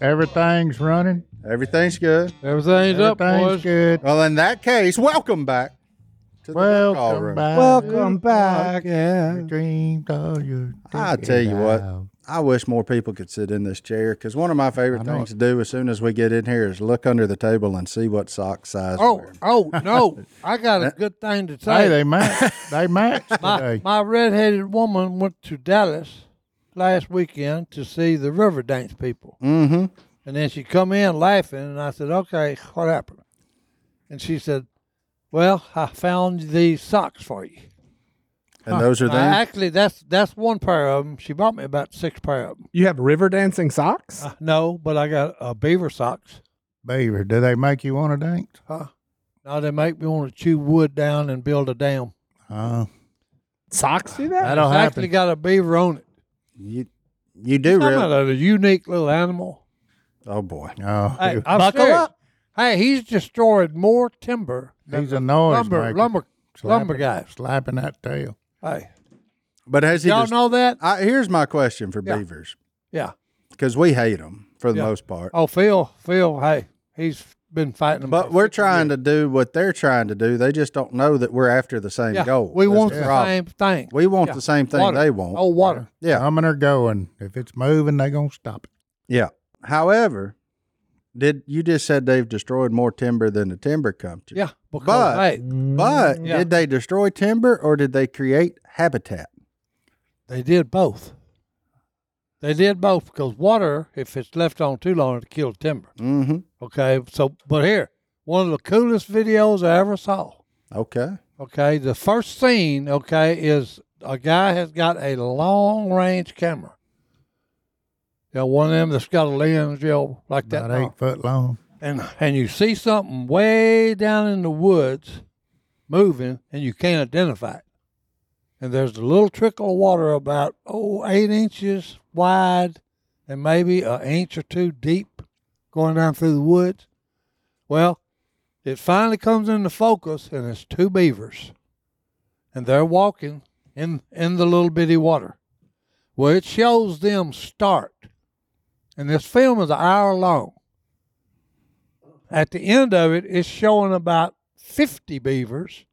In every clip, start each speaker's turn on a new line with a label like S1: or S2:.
S1: Everything's running.
S2: Everything's good.
S3: Everything's up,
S1: Everything's
S3: boys.
S1: good.
S2: Well, in that case, welcome back to the Back Hall
S1: Welcome
S2: Room.
S1: back.
S3: Welcome back.
S1: You
S3: Yeah.
S1: dreamed all your
S2: I tell you what,
S1: days.
S2: I wish more people could sit in this chair because one of my favorite
S1: know.
S2: things to do as soon as we get in here is look under the table and see what sock size.
S3: Oh,
S2: we're in.
S3: oh no! I got a good thing to
S1: Hey,
S3: say.
S1: they matched. they matched
S3: My,
S1: today.
S3: my redheaded woman went to Dallas last weekend to see the Riverdance people,
S2: Mm-hmm.
S3: and then she come in laughing, and I said, "Okay, what happened?" And she said, "Well, I found these socks for you."
S2: And those are
S3: I
S2: them.
S3: actually, that's that's one pair of them. She bought me about six pair of them.
S4: You have river dancing socks?
S3: Uh, no, but I got uh, beaver socks.
S1: Beaver, do they make you want to dance?
S3: Huh? Now they make me want to chew wood down and build a dam.
S1: Oh,
S4: Socks do that?
S1: I don't
S3: it's
S1: have
S3: actually got a beaver on it.
S2: You, you do
S3: I'm
S2: really.
S3: not a unique little animal.
S2: Oh boy.
S1: oh,
S3: Hey, I'm
S4: Buckle
S3: serious.
S4: up.
S3: Hey, he's destroyed more timber than
S1: he's a noise
S3: lumber
S1: maker.
S3: lumber
S1: Slapping-
S3: lumber guys.
S1: slapping that tail.
S3: Hey,
S2: But has he?
S3: y'all
S2: just-
S3: know that?
S2: I, here's my question for
S3: Yeah.
S2: beavers
S3: Yeah.
S2: because we hate them for the
S3: Yeah.
S2: most part.
S3: Oh, Phil, Phil. Hey, he's been fighting them.
S2: But
S3: for
S2: we're
S3: 60
S2: trying
S3: years.
S2: to do what they're trying to do. They just don't know that we're after the same
S3: Yeah,
S2: goal.
S3: we
S2: That's
S3: want
S2: the
S3: the
S2: problem.
S3: same thing.
S2: We want
S3: Yeah.
S2: the same thing
S3: Water.
S2: they want.
S3: Oh, water.
S2: Yeah.
S1: Coming or going. If it's moving, they gonna stop it.
S2: Yeah. However, did you just said they've destroyed more timber than the timber company?
S3: Yeah, because
S2: But-
S3: hey,
S2: But
S3: Yeah.
S2: did they destroy timber or did they create habitat?
S3: They did both. They did both because water, if it's left on too long, it kills timber.
S2: Mm-hmm.
S3: Okay, so but here, one of the coolest videos I ever saw.
S2: Okay.
S3: Okay, the first scene. Okay, is a guy has got a long range camera. You know, one of them that's got a lens, you know, like that.
S1: About eight foot long.
S3: And and you see something way down in the woods, moving, and you can't identify it. And there's a little trickle of water about oh eight inches wide, and maybe an inch or two deep, going down through the woods. Well, it finally comes into focus, and it's two beavers, and they're walking in in the little bitty water. Well, it shows them start, and this film is an hour long. At the end of it, it's showing about 50 beavers.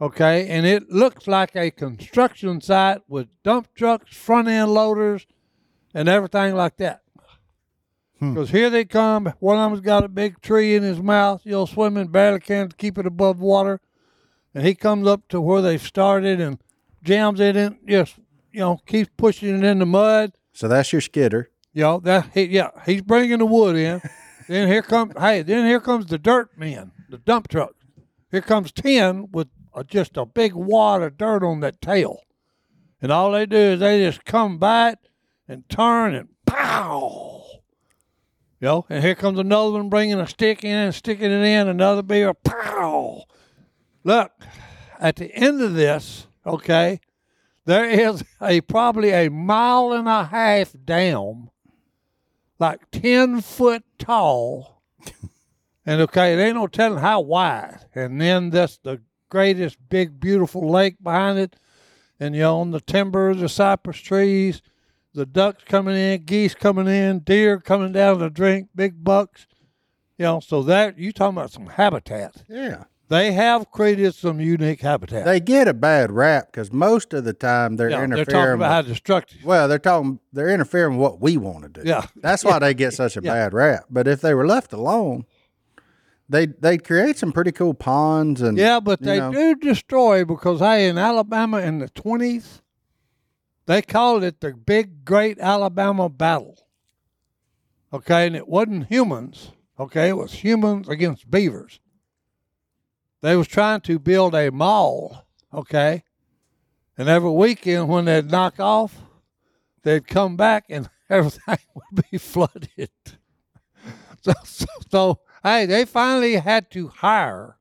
S3: Okay, and it looks like a construction site with dump trucks, front end loaders, and everything like that. Because here they come. One of them's got a big tree in his mouth, you know, swimming, barely can keep it above water. And he comes up to where they've started and jams it in, just, you know, keeps pushing it in the mud.
S2: So that's your skidder.
S3: You know, that he, yeah, he's bringing the wood in. then here comes hey, then here comes the dirt men, the dump truck. Here comes ten with uh just a big wad of dirt on that tail, and all they do is they just come by it and turn and pow. You know, and here comes another one bringing a stick in and sticking it in. Another beer, pow. Look, at the end of this, okay, there is a probably a mile and a half dam, like ten foot tall, and okay, there ain't no telling how wide. And then that's the greatest big beautiful lake behind it, and you own the timber, the cypress trees, the ducks coming in, geese coming in, deer coming down to drink, big bucks. You know, so that you talking about some habitat.
S2: Yeah.
S3: They have created some unique habitat.
S2: They get a bad rap because most of the time they're
S3: Yeah, they're
S2: interfering.
S3: talking about how
S2: with,
S3: destructive.
S2: well, they're talking. They're interfering with what we want to do.
S3: Yeah.
S2: That's why they get such a
S3: Yeah.
S2: bad rap. But if they were left alone, they they create some pretty cool ponds and
S3: Yeah, but
S2: you
S3: they
S2: know.
S3: do destroy because hey, in Alabama in the twenties, they called it the Big Great Alabama Battle. Okay, and it wasn't humans. Okay, it was humans against beavers. They was trying to build a mall. Okay, and every weekend when they'd knock off, they'd come back and everything would be flooded. So, so, so hey, they finally had to hire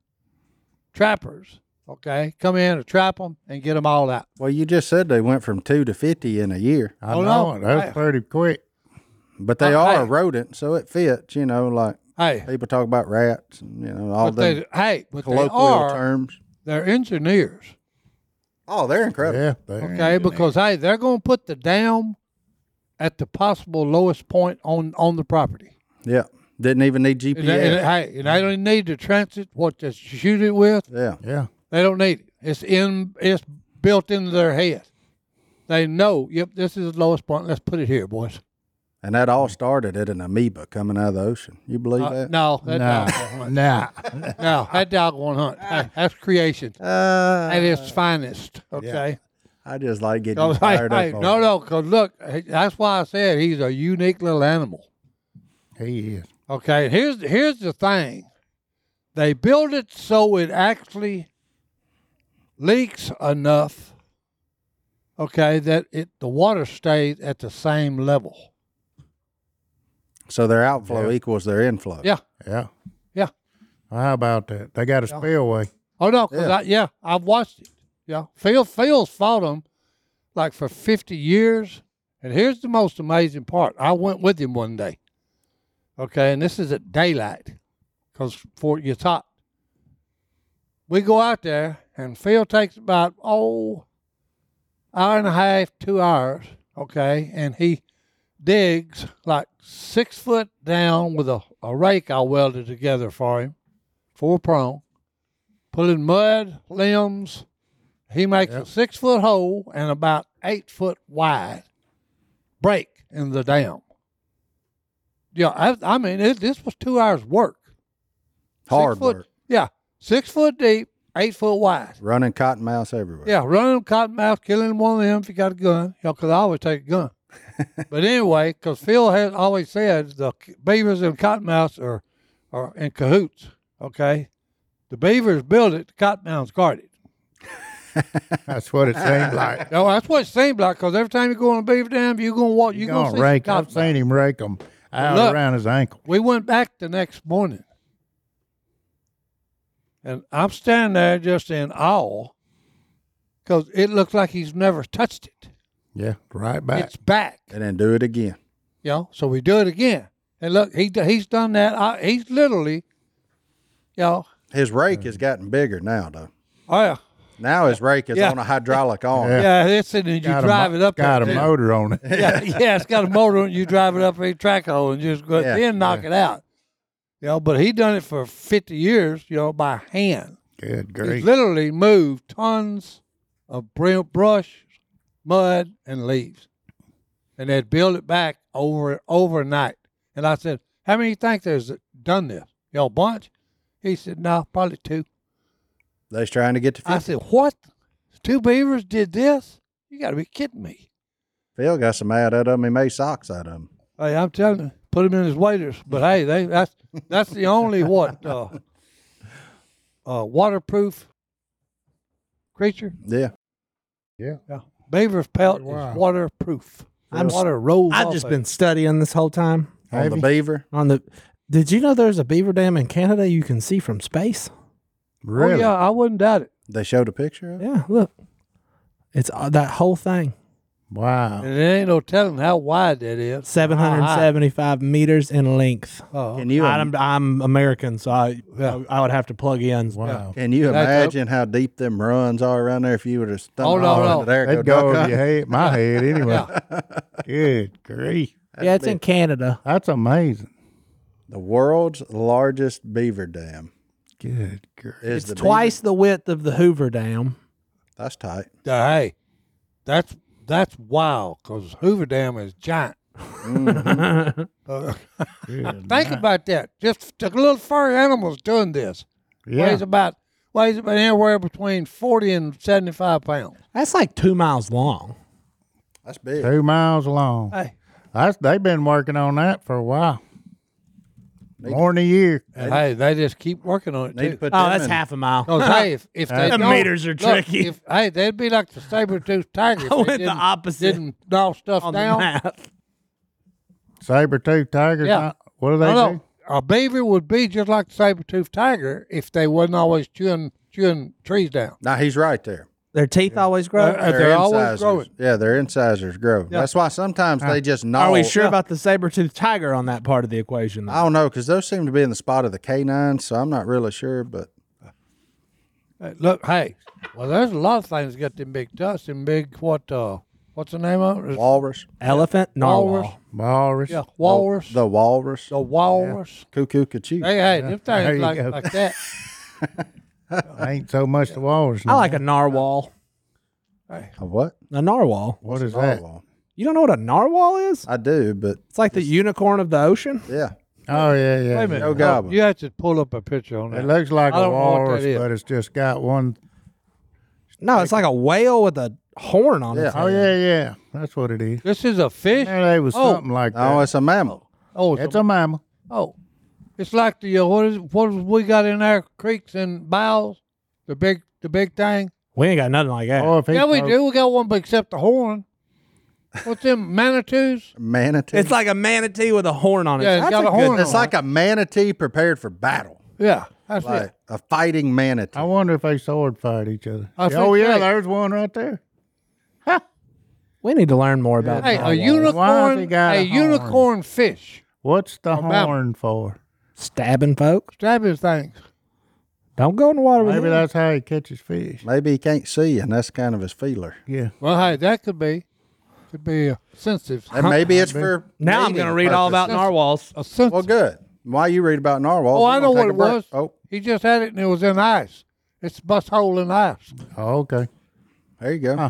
S3: trappers. Okay, come in and trap them and get them all out.
S2: Well, you just said they went from two to fifty in a year,
S1: I
S3: Oh,
S1: know
S3: no.
S1: it. That's
S3: Hey.
S1: pretty quick.
S2: but they
S3: Uh,
S2: are
S3: hey.
S2: a rodent, so it fits. You know, like
S3: Hey,
S2: people talk about rats and you know all
S3: but
S2: the
S3: they, hey, but they
S2: colloquial
S3: are
S2: terms.
S3: they're engineers.
S2: Oh, they're incredible.
S1: Yeah. they-
S3: Okay, because hey, they're going to put the dam at the possible lowest point on on the property.
S2: Yeah. Didn't even need
S3: And, they- and,
S2: GPS.
S3: hey, and they don't need the transit. What to shoot it with?
S2: Yeah.
S1: Yeah.
S3: They don't need it. It's in. It's built into their head. They know. Yep, this is the lowest point. Let's put it here, boys.
S2: And that all started at an amoeba coming out of the ocean. You believe
S3: Uh,
S2: that?
S3: no, that
S1: Nah.
S3: dog won't hunt.
S1: Nah.
S3: No, that dog won't hunt. Hey, that's creation
S2: Ah. Uh,
S3: at its finest. Okay.
S2: I just like getting you
S3: Cause, hey,
S2: fired
S3: hey,
S2: up. on
S3: no,
S2: it.
S3: no, because look, hey, that's why I said he's a unique little animal.
S1: he is.
S3: Okay, and here's here's the thing. They build it so it actually leaks enough. Okay, that it the water stays at the same level.
S2: So their outflow
S1: Yeah.
S2: equals their inflow.
S3: Yeah.
S1: Yeah.
S3: Yeah.
S1: Well, how about that? They got a spillway.
S3: Oh no, 'cause
S2: Yeah.
S3: I, yeah, I've watched it. Yeah, Phil Phil's fought him like for fifty years, and here's the most amazing part. I went with him one day. Okay, and this is at daylight, cause Fort gets hot. We go out there, and Phil takes about oh hour and a half, two hours. Okay, and he digs like six foot down with a, a rake I welded together for him, four prong pulling mud, limbs. He makes a six foot hole and about eight foot wide break in the dam. Yeah, I, I mean, it, this was two hours' work.
S2: Hard
S3: six foot,
S2: work.
S3: Yeah, six foot deep, eight foot wide.
S2: Running cotton mouse everywhere.
S3: Yeah, running cottonmouth, killing one of them if you got a gun. You know, 'cause I always take a gun. but anyway, 'cause Phil has always said the c- beavers and cottonmouths are, are in cahoots. Okay, the beavers build it, the cottonmouths guard it.
S1: That's what it seemed like.
S3: Now, Oh, that's what it seemed like, 'cause every time you go on a beaver dam, you're gonna walk, you're
S1: You
S3: gonna,
S1: gonna,
S3: see
S1: rake?
S3: some
S1: I've
S3: cottonmouths.
S1: seen him rake them out
S3: look.
S1: around his ankle.
S3: We went back the next morning, and I'm standing there just in awe, 'cause it looks like he's never touched it.
S1: Yeah, right back.
S3: It's back.
S2: And then do it again.
S3: You know, so we do it again. And look, he d- he's done that. I, he's literally, you know,
S2: His rake has gotten bigger now, though.
S3: oh yeah,
S2: Now his rake is
S3: Yeah.
S2: on a hydraulic arm.
S1: Yeah.
S3: yeah, this and then you
S1: Got a
S3: drive
S1: mo-
S3: it up.
S1: Got a
S3: there, too.
S1: motor on it.
S3: Yeah, yeah, it's got a motor. on it. You drive it up a track hole and just go
S2: Yeah,
S3: then knock it out. You know, but he done it for fifty years. You know, by hand.
S1: Good
S3: He's
S1: grief.
S3: literally moved tons of br- brush, mud, and leaves, and they'd build it back over overnight. And I said, "How many you think there's that done this? Y'all bunch?" He said, "No, probably two.
S2: They's trying to get to
S3: I
S2: 50.
S3: said, "What? Two beavers did this? You got to be kidding me!"
S2: Phil got some out of them. He made socks out of them.
S3: Hey, I'm telling you, put him in his waders. But hey, they that's that's the only what uh, uh, waterproof creature.
S2: Yeah.
S3: Yeah. Beaver's pelt
S1: Wow.
S3: is waterproof.
S4: I'm s-
S3: water rolls.
S4: I've
S3: off
S4: just
S3: of
S4: been studying this whole time
S2: On the
S1: Maybe.
S2: beaver.
S4: on the. Did you know there's a beaver dam in Canada you can see from space?
S3: it.
S1: Really?
S3: Oh, yeah, I wouldn't doubt it.
S2: They showed a picture of it.
S4: Yeah, look, it's uh, that whole thing,
S1: Wow.
S3: And it ain't no telling how wide that is.
S4: seven hundred seventy-five meters in length.
S3: Oh,
S2: Can you,
S4: I'm I'm American, so I
S3: Yeah.
S4: I would have to plug in.
S1: Wow.
S2: can you
S3: That's up.
S2: imagine how deep them runs are around there if you were to stumble
S3: Oh, no, no.
S2: into there?
S1: They'd
S2: go duck
S1: go over
S2: hunt?
S1: your head, my head anyway.
S3: Uh-huh. yeah.
S1: Good grief.
S4: Yeah, it's in Canada.
S1: That's amazing.
S2: The world's largest beaver dam.
S1: Good grief.
S2: Is
S4: It's
S2: the beaver-
S4: twice the width of the Hoover Dam.
S2: That's tight.
S3: Now, hey, that's that's wild because Hoover Dam is giant. Uh,
S1: Good
S3: think
S1: night.
S3: about that. Just the little furry animals doing this.
S1: yeah.
S3: Weighs about weighs about anywhere between forty and seventy five pounds.
S4: That's like two miles long.
S2: That's big.
S1: Two miles long.
S3: Hey,
S1: That's, they've been working on that for a while. More than a year.
S3: and hey, they just keep working on it
S2: Need
S3: too.
S2: to put
S4: Oh,
S2: them
S4: that's
S2: in-
S4: half a mile.
S3: Because hey, if, if they
S1: The
S3: don't-
S4: meters are
S3: look,
S4: tricky.
S3: If, hey, they'd be like the saber toothed tiger. if
S4: I
S3: they
S4: went the
S3: didn't-
S4: opposite
S3: Didn't gnaw stuff
S4: on the
S3: down.
S4: map.
S1: Saber tooth tiger.
S3: Yeah.
S1: What do they
S3: No,
S1: do?
S3: no, a beaver would be just like the saber toothed tiger if they wasn't always chewing chewing trees down.
S2: Now he's right there.
S4: Their teeth always grow.
S3: Uh, uh, They're always growing.
S2: Yeah, their incisors grow. That's why sometimes they just gnaw.
S4: Are we sure about the saber-toothed tiger on that part of the equation? though?
S2: I don't know because those seem to be in the spot of the canines, so I'm not really sure. But
S3: Hey, look, hey, well, there's a lot of things got them big tusks and big what? uh What's the name of it?
S2: Walrus.
S4: Elephant
S3: Walrus.
S4: narwhal.
S1: Walrus.
S3: Yeah, walrus. The,
S2: The walrus.
S3: walrus.
S2: Cuckoo cachoo.
S3: Hey, hey, them
S1: There
S3: things
S1: you
S3: like,
S1: go.
S3: like that.
S1: Ain't so much the walrus.
S4: I
S1: no
S4: like
S1: more.
S4: a narwhal.
S2: A what?
S4: A narwhal.
S1: What is that?
S2: Narwhal.
S4: You don't know what a narwhal is?
S2: I do, but
S4: It's like the unicorn of the ocean.
S2: yeah.
S1: Oh yeah, yeah.
S3: Wait a
S1: yeah.
S3: minute.
S2: No goblin.
S3: You have to pull up a picture on
S1: It
S3: that.
S1: looks like
S3: I
S1: a
S3: don't know what that
S1: walrus,
S3: is.
S1: but it's just got one
S4: No, it's like a whale with a horn on it.
S1: Oh yeah, yeah. That's what it is.
S3: This is a fish.
S1: Yeah, they was
S3: Oh.
S1: something like that.
S2: Oh, it's a mammal.
S3: Oh,
S1: it's a mammal.
S3: Oh, it's like the uh, what is what is we got in our creeks and bowls, the big the big thing.
S4: We ain't got nothing like that.
S1: Oh, if he
S3: yeah, we
S1: broke-
S3: do. We got one, but except the horn. What's them manatees?
S2: Manatee.
S4: It's like a manatee with a horn on it.
S3: Yeah, it's
S4: That's
S3: got a
S4: good-
S3: horn.
S2: it's like a manatee prepared for battle.
S3: Yeah, that's
S2: Like
S3: it.
S2: a fighting manatee.
S1: I wonder if they sword fight each other.
S3: I
S1: oh
S3: think
S1: yeah,
S3: they-
S1: there's one right there.
S4: We need to learn more about
S3: Hey, a
S1: Why
S4: narwhals.
S1: has he
S3: unicorn,
S1: got
S3: a,
S1: a horn?
S3: unicorn fish.
S1: What's the
S3: mammal.
S1: horn for?
S4: stabbing folks.
S3: Stab his things.
S4: Don't go in the water with
S1: Maybe
S4: him.
S1: that's how he catches fish.
S2: Maybe he can't see you, and that's kind of his feeler.
S1: Yeah.
S3: Well, hey, that could be, could be a sensitive,
S2: And maybe it's for
S4: Now I'm
S2: mating
S4: going to read all about
S2: purposes.
S4: narwhals.
S3: a sensitive.
S2: Well, good. While you read about narwhals,
S3: oh,
S2: we're
S3: I
S2: gonna
S3: know
S2: take
S3: what
S2: a break.
S3: it was.
S2: Oh,
S3: He just had it and it was in ice. It's bust hole in ice.
S1: Oh, okay.
S2: there you go.
S1: Huh.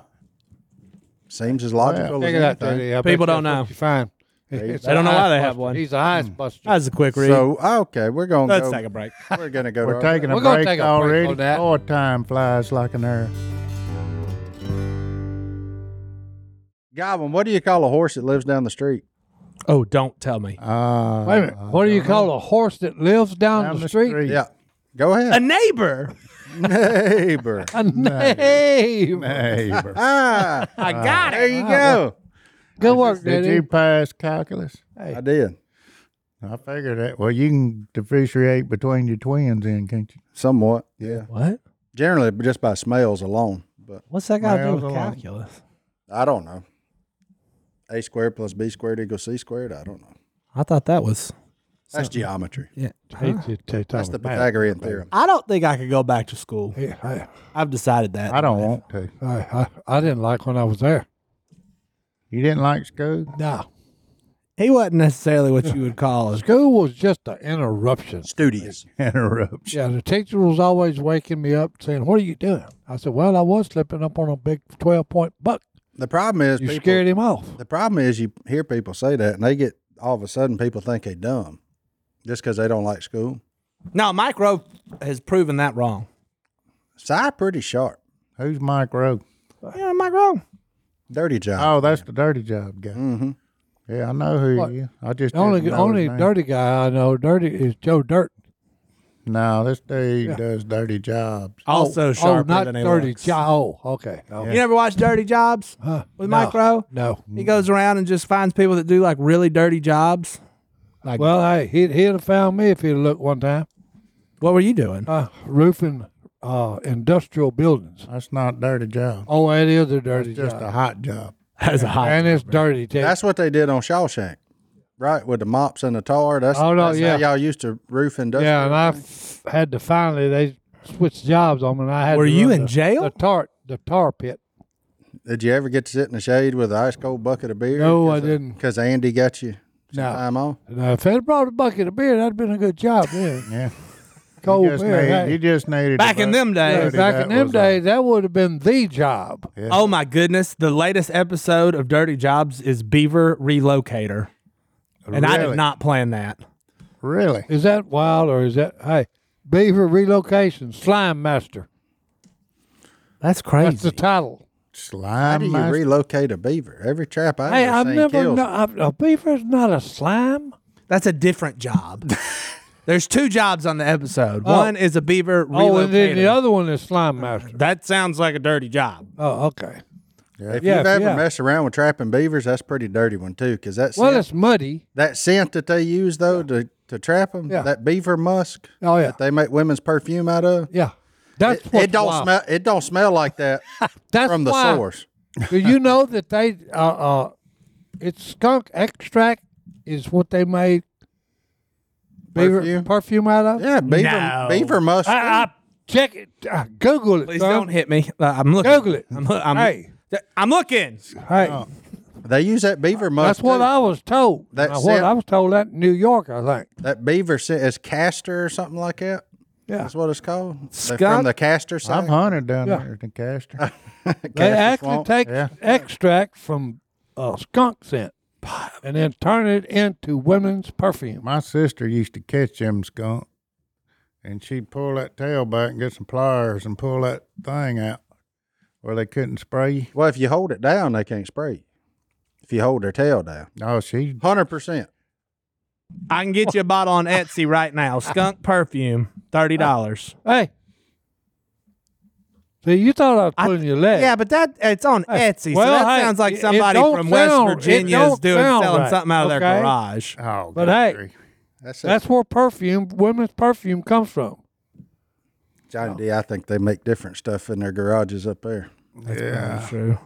S2: Seems as logical as
S3: Check it out,
S2: anything.
S3: Daddy. I bet
S4: People
S3: that's
S4: don't know.
S3: What you find. It's
S4: They don't
S3: a
S4: know why they
S3: ice
S4: have
S3: buster. Hmm.
S4: one.
S3: He's an ice buster.
S4: That was a quick read.
S2: So okay, we're gonna
S4: Let's
S2: go.
S4: take a break.
S2: We're gonna go. to
S1: We're
S2: our-
S1: taking a
S3: We're gonna
S1: break
S3: take a break on
S1: already.
S3: that.
S1: Oh, time flies like an arrow.
S2: Goblin, what do you call a horse that lives down the street?
S4: Oh, don't tell me.
S1: Uh,
S3: Wait a minute. What do you call a horse that lives Uh-huh. down, the, street?
S2: Yeah, go
S4: A
S2: ahead.
S4: neighbor.
S2: neighbor.
S3: A name.
S1: Neighbor.
S2: ah,
S4: I got
S2: there
S4: it.
S2: you go.
S3: Good work,
S1: Did
S3: Daddy.
S1: you pass calculus?
S2: I did.
S1: I figured that. Well, you can differentiate between your twins, then, can't you?
S2: Somewhat. Yeah.
S4: What?
S2: Generally, just by smells alone, but
S4: What's that got to do
S1: Miles
S4: with
S1: along.
S4: calculus?
S2: I don't know. A squared plus B squared equals C squared. I don't know.
S4: I thought that was.
S2: That's geometry.
S4: Yeah.
S2: That's the Pythagorean theorem.
S4: I don't think I could go back to school.
S3: I,
S4: I've decided that.
S1: I don't want to.
S3: I, I didn't like when I was there.
S1: You didn't like school?
S3: No.
S4: He wasn't necessarily what you would call a
S3: School was just an interruption.
S2: Studious.
S1: Interrupts.
S3: Yeah, the teacher was always waking me up saying, What are you doing? I said, Well, I was slipping up on a big 12 point buck.
S2: The problem is
S3: You
S2: people,
S3: scared him off.
S2: The problem is you hear people say that, and they get all of a sudden people think they dumb just because they don't like school.
S4: No, Mike Rowe has proven that wrong.
S2: Si pretty sharp.
S1: Who's Mike Rowe?
S4: Yeah, Mike Rowe.
S2: Dirty job.
S1: Oh, that's the dirty job guy.
S3: Oh.
S2: hmm
S1: Yeah, I know who
S3: What?
S1: you. I just
S3: The only,
S1: didn't know
S3: only
S1: his name.
S3: dirty guy I know dirty is Joe Dirt.
S1: No, this dude does dirty jobs.
S4: Also
S3: oh,
S4: sharper
S3: not
S4: than he
S3: dirty
S4: looks.
S3: Joe. Oh, okay. okay.
S4: You never watch Dirty Jobs
S3: Huh,
S4: with
S3: no,
S4: Mike Rowe?
S3: No.
S4: He goes around and just finds people that do like really dirty jobs. Like,
S3: Well, hey, he'd, he'd have found me if he'd looked one time.
S4: what were you doing?
S3: Uh, roofing uh, industrial buildings.
S1: That's not dirty job.
S3: Oh, it is a dirty
S1: Just
S3: job.
S1: a hot job.
S4: As a hot.
S3: and it's dirty, too.
S2: That's what they did on Shawshank, right? With the mops and the tar. That's,
S3: Oh, no,
S2: that's
S3: yeah.
S2: how y'all used to roof and dust.
S3: yeah, and I f- had to finally, they switched jobs on me, and I had
S4: Were
S3: to
S4: you
S3: run
S4: in
S3: the,
S4: jail?
S3: The tar, the tar pit.
S2: Did you ever get to sit in the shade with an ice cold bucket of beer?
S3: No, I didn't.
S2: Because uh, Andy got you some
S3: No.
S2: time on.
S3: Now, if they'd brought a bucket of beer, that'd been a good job then.
S1: Yeah.
S3: Cold
S1: you, just
S3: beer.
S1: need-
S3: Oh, hey.
S1: you just needed.
S4: Back in
S1: a
S4: them
S1: bucket.
S4: days.
S1: Dirty,
S3: Back in
S1: that
S3: them
S1: was a-
S3: days, that would have been the job.
S1: Yeah.
S4: Oh my goodness. The latest episode of Dirty Jobs is Beaver Relocator. And I did
S1: Really?
S4: not plan that.
S1: Really?
S3: Is that wild or is that, hey, Beaver Relocation, Slime Master. That's
S4: That's crazy.
S3: the title.
S2: How do
S1: Slime.
S2: you
S1: master.
S2: relocate a beaver? Every trap I've
S3: Hey,
S2: ever
S3: I've
S2: seen
S3: never
S2: kills.
S3: kno- I've, a beaver's not a slime.
S4: That's a different job. There's two jobs on the episode.
S3: Oh.
S4: One is a beaver relocator.
S3: Oh, and then the other one is slime master.
S4: That sounds like a dirty job.
S3: Oh, okay.
S2: If
S3: Yeah,
S2: you've ever
S3: yeah.
S2: messed around with trapping beavers, that's a pretty dirty one too. Because that
S3: Well,
S2: scent-
S3: it's muddy.
S2: that scent that they use though to, to trap them,
S3: Yeah.
S2: that beaver musk
S3: Oh yeah,
S2: that they make women's perfume out of.
S3: yeah. That's
S2: It,
S3: what's
S2: it don't
S3: wild.
S2: smell. It don't smell like that
S3: That's
S2: from the
S3: why-
S2: source.
S3: Do you know that they uh, uh, it's skunk extract is what they made beaver
S2: Perfume?
S3: perfume out of?
S2: Yeah, beaver
S4: No.
S2: beaver musk.
S4: I, I
S3: Check it. Uh, Google it.
S4: Please
S3: son.
S4: don't hit me. Uh, I'm looking.
S3: Google it.
S4: I'm, I'm,
S3: Hey.
S4: Th- I'm looking.
S3: Hey,
S2: They use that beaver musk.
S3: that's what
S2: too.
S3: I was told.
S2: That
S3: Now, what
S2: sim-
S3: I was told that in New York, I think.
S2: that beaver si- is castor or something like that.
S3: Yeah.
S2: That's what it's called. They're
S4: Scott-
S2: from the castor
S1: I've
S2: side.
S1: hunted down
S3: Yeah.
S1: there in Castor.
S3: They actually
S2: swamp.
S3: take
S1: Yeah.
S3: extract from uh, skunk scent and then turn it into women's perfume.
S1: My sister used to catch them skunk, and she'd pull that tail back and get some pliers and pull that thing out where they couldn't spray you.
S2: Well, if you hold it down, they can't spray. you. If you hold their tail down,
S1: Oh, she
S2: hundred percent.
S4: I can get you a bottle on Etsy right now. Skunk perfume, thirty dollars.
S3: Hey. See, you thought I was
S4: I-
S3: pulling your leg.
S4: Yeah, but that it's on
S3: Hey,
S4: Etsy,
S3: well,
S4: so that
S3: hey,
S4: sounds like
S3: it- it
S4: somebody
S3: don't
S4: from West
S3: sound- it
S4: Virginia is
S3: don't
S4: doing
S3: sound
S4: selling
S3: right,
S4: something out of their
S3: okay?
S4: garage.
S1: oh,
S3: But
S1: good
S3: hey,
S1: grief.
S2: That's it.
S3: That's where perfume, women's perfume comes from.
S2: Johnny D. I think they make different stuff in their garages up there.
S1: yeah,
S4: True.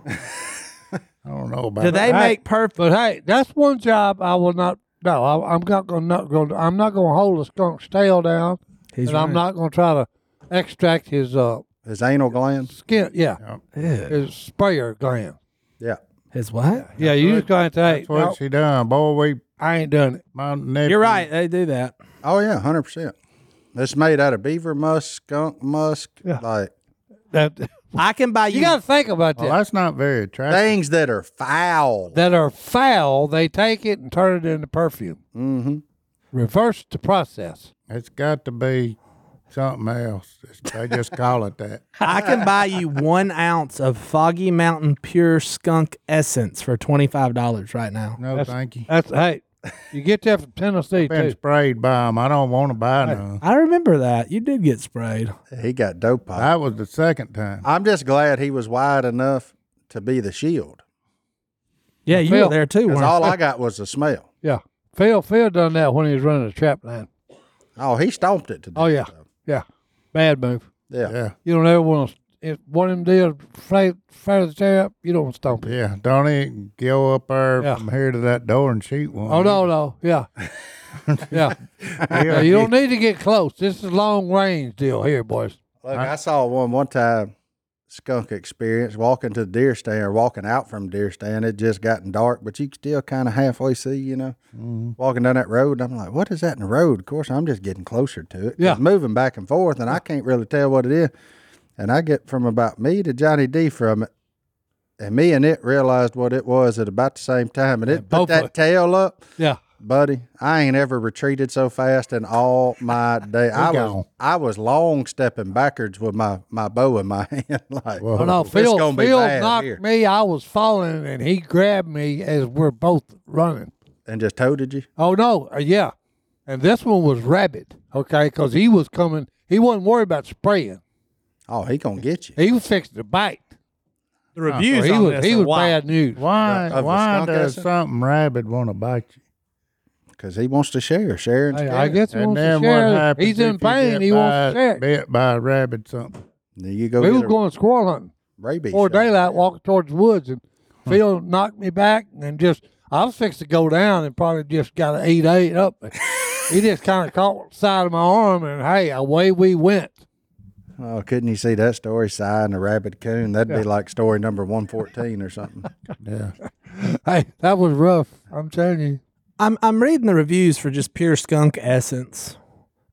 S1: I don't know about
S4: Do
S1: that.
S4: they
S3: Uh, Hey.
S4: make perfume?
S3: But hey, that's one job I will not. No, I, I'm not going. Not going. I'm not going to hold a skunk's tail down, and I'm not going to try to extract his uh,
S2: His anal glands.
S3: skin. Yeah,
S4: Ew.
S3: his sprayer gland.
S2: Yeah.
S4: His what?
S3: Yeah, you just going to take.
S1: That's what
S3: "Nope,
S1: she done, boy. We
S3: I ain't done it.
S1: my nephew.
S4: You're right. They do that.
S2: Oh yeah, hundred percent. It's made out of beaver musk, skunk musk,
S3: Yeah.
S2: like
S3: That
S4: I can buy you.
S3: you got to think about that.
S1: Well, that's not very attractive.
S2: things that are foul.
S3: that are foul, they take it and turn it into perfume.
S2: mm-hmm.
S3: Reverse the process.
S1: It's got to be something else. It's- They just call it that.
S4: I can buy you one ounce of Foggy Mountain Pure Skunk Essence for twenty five dollars right now.
S1: No,
S3: That's-
S1: thank you.
S3: That's hey, you get that from Tennessee
S1: Been
S3: too.
S1: sprayed by them. I don't want to buy none.
S4: I remember that you did get sprayed.
S2: He got dope pipe.
S1: That was the second time.
S2: I'm just glad he was wide enough to be the shield.
S4: Yeah, you
S3: Phil.
S4: were there too.
S2: Because
S4: Weren't
S2: all
S4: you?
S2: I got was the smell.
S3: Yeah, Phil Phil done that when he was running a trap line.
S2: Oh, he stomped it today.
S3: Oh yeah, yeah, bad move.
S2: Yeah.
S1: Yeah,
S3: You don't ever want to. If one of them deals fly, fly the trap, you don't want to stomp it.
S1: yeah. Don't even go up there
S3: Yeah.
S1: from here to that door and shoot one.
S3: Oh no, no, yeah, yeah. Now, you don't need to get close. This is long range deal here, boys.
S2: Look, I saw one one time skunk experience walking to the deer stand or walking out from deer stand. It just gotten dark, but you could still kind of halfway see, you know,
S3: Mm-hmm.
S2: walking down that road. And I'm like, what is that in the road? Of course, I'm just getting closer to it. It's
S3: Yeah.
S2: moving back and forth, and I can't really tell what it is. And I get from about me to Johnny D from it. And me and it realized what it was at about the same time. And it
S3: both
S2: put
S3: of-
S2: that tail up.
S3: Yeah,
S2: Buddy, I ain't ever retreated so fast in all my day. I
S1: gone.
S2: was I was long stepping backwards with my, my bow in my hand. like
S1: Whoa.
S3: Oh, no,
S2: this
S3: Phil,
S2: gonna be
S3: Phil
S2: bad
S3: knocked
S2: here.
S3: me. I was falling, and he grabbed me as we're both running.
S2: and just toted you.
S3: Oh no, uh, yeah, and this one was rabid. Okay, because he was coming. He wasn't worried about spraying.
S2: Oh, he gonna get you.
S3: He was fixing to bite.
S4: the reviews
S3: he
S4: on
S3: was
S4: this
S3: he
S4: are
S3: was
S4: wild.
S3: bad news.
S1: Why?
S2: Of the
S1: why
S2: skunk
S1: does
S2: acid?
S1: something rabid want to bite you?
S2: Because he wants to share. Sharing's
S3: Hey,
S2: caring.
S3: I guess he
S1: And
S3: wants to
S1: then what
S3: share. it.
S1: happens?
S3: He's in
S1: if you
S3: pain.
S1: get
S3: He wants to
S1: bite-
S3: share. it.
S1: Bit by a rabid something.
S2: Then you go
S3: We
S2: get
S3: was
S2: a
S3: going squirrel hunting
S2: rabies.
S3: before
S2: shot.
S3: daylight, walking towards the woods, and Phil knocked me back and just. I was fixed to go down and probably just got to eat eight up. he just kind of caught the side of my arm, and hey, away we went.
S2: Oh, couldn't you see that story? Si and the rabid coon. That'd be like story number one fourteen or something.
S1: Yeah.
S3: Hey, that was rough. I'm telling you.
S4: I'm I'm reading the reviews for just pure skunk essence,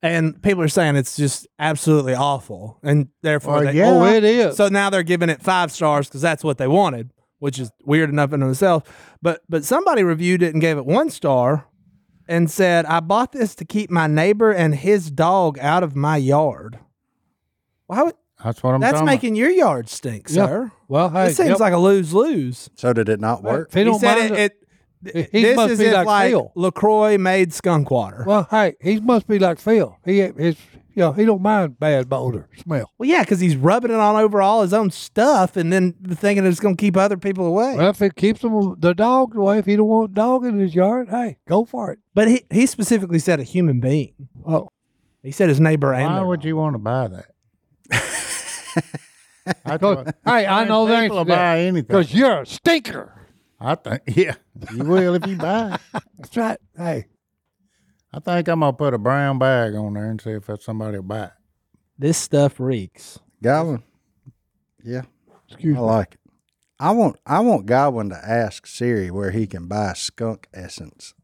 S4: and people are saying it's just absolutely awful, and therefore
S1: Well,
S4: they,
S1: yeah.
S3: Oh, it is.
S4: So now they're giving it five stars because that's what they wanted, which is weird enough in itself. But but somebody reviewed it and gave it one star, and said I bought this to keep my neighbor and his dog out of my yard. Why would
S1: That's what I'm
S4: that's
S1: talking
S4: making your yard stink,
S3: Yeah.
S4: sir?
S3: well, hey,
S4: It seems
S3: yep.
S4: like a lose lose.
S2: so did it not work?
S3: if he
S4: He
S3: don't
S4: said
S3: mind
S4: it.
S3: it,
S4: it-
S3: he
S4: this
S3: must
S4: is
S3: be
S4: if
S3: like
S4: like
S3: Phil.
S4: Lacroix made skunk water.
S3: Well, hey, he must be like Phil. He his you know, he don't mind bad odor smell.
S4: Well, yeah, because he's rubbing it on over all his own stuff and then thinking it's going to keep other people away.
S3: Well, if it keeps him the dog away, if he don't want dog in his yard, hey, go for it.
S4: but he, he specifically said a human being.
S3: Oh,
S4: He said his neighbor and
S1: about. Why
S4: their
S1: would
S4: dog.
S1: you want to buy that? I thought-
S3: hey, I know that
S1: people will buy anything.
S3: because you're a stinker.
S1: I think, yeah, you will if you buy. it.
S3: That's right. Hey,
S1: I think I'm gonna put a brown bag on there and see if that's somebody will buy. it.
S4: This stuff reeks.
S2: Godwin. Yeah,
S3: Excuse
S2: I
S3: me.
S2: like it. I want I want Godwin to ask Siri where he can buy skunk essence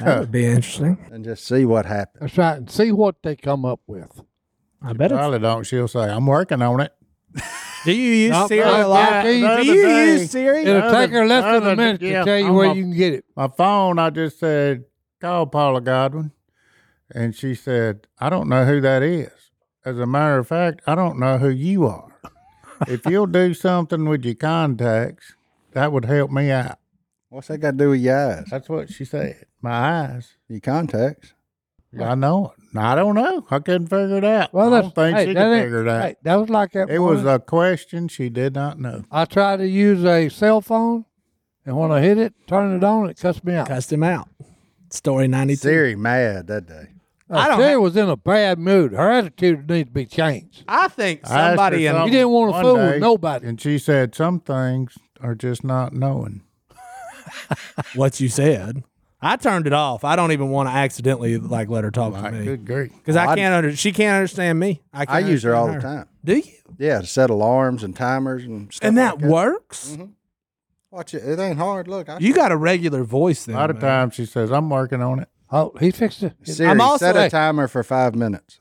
S4: That would be interesting.
S2: and just see what happens.
S3: That's right. And see what they come up with.
S4: I bet it's.
S1: Probably don't. She'll say, "I'm working on it."
S4: Do you use
S3: Nope,
S4: Siri
S3: I
S4: a lot?
S3: got these
S4: Do
S1: other
S4: you
S1: thing.
S4: use Siri?
S1: Yeah.
S3: It'll
S1: Other-
S3: take her less than
S1: other-
S3: a minute
S1: yeah,
S3: to tell you
S1: I'm
S3: where
S1: a-
S3: you can get it.
S1: My phone. I just said, "Call Paula Godwin," and she said, "I don't know who that is. As a matter of fact, I don't know who you are. if you'll do something with your contacts, that would help me out."
S2: What's that got to do with your eyes?
S1: That's what she said. My eyes.
S2: Your contacts.
S1: I know it. I don't know. I couldn't figure it out.
S3: Well,
S1: I don't
S3: that's
S1: think
S3: hey,
S1: she
S3: that
S1: could
S3: ain't-
S1: figure it out.
S3: hey, that was like that.
S1: It was a question she did not know.
S3: I tried to use a cell phone, and when I hit it, turn it on, it cussed me out.
S4: Cussed him out. Story 92.
S2: Siri mad that day.
S4: I
S3: Uh,
S4: don't
S3: Sherry
S4: have-
S3: was in a bad mood. Her attitude needs to be changed.
S4: I think
S1: I asked
S4: somebody
S1: her
S4: in.
S3: You didn't want to
S1: One
S3: fool
S1: day,
S3: nobody.
S1: And she said, Some things are just not knowing.
S4: what you said. I turned it off. I don't even want to accidentally like let her talk
S1: Like,
S4: to me
S1: good grief.
S4: because I
S2: Oh, I-
S4: can't under. She can't understand me. I, can't
S2: I use her all the
S4: understand
S2: time.
S4: her. Do you?
S2: Yeah, to set alarms and timers and stuff.
S4: And that
S2: like
S4: works.
S2: Mm-hmm. Watch it. It ain't hard. Look, I,
S4: You got a regular voice
S1: A
S4: then.
S1: lot of
S4: man.
S1: times she says, I'm working on it.
S3: Oh, he fixed it.
S2: Siri,
S4: I'm also-
S2: set a
S4: Hey.
S2: timer for five minutes.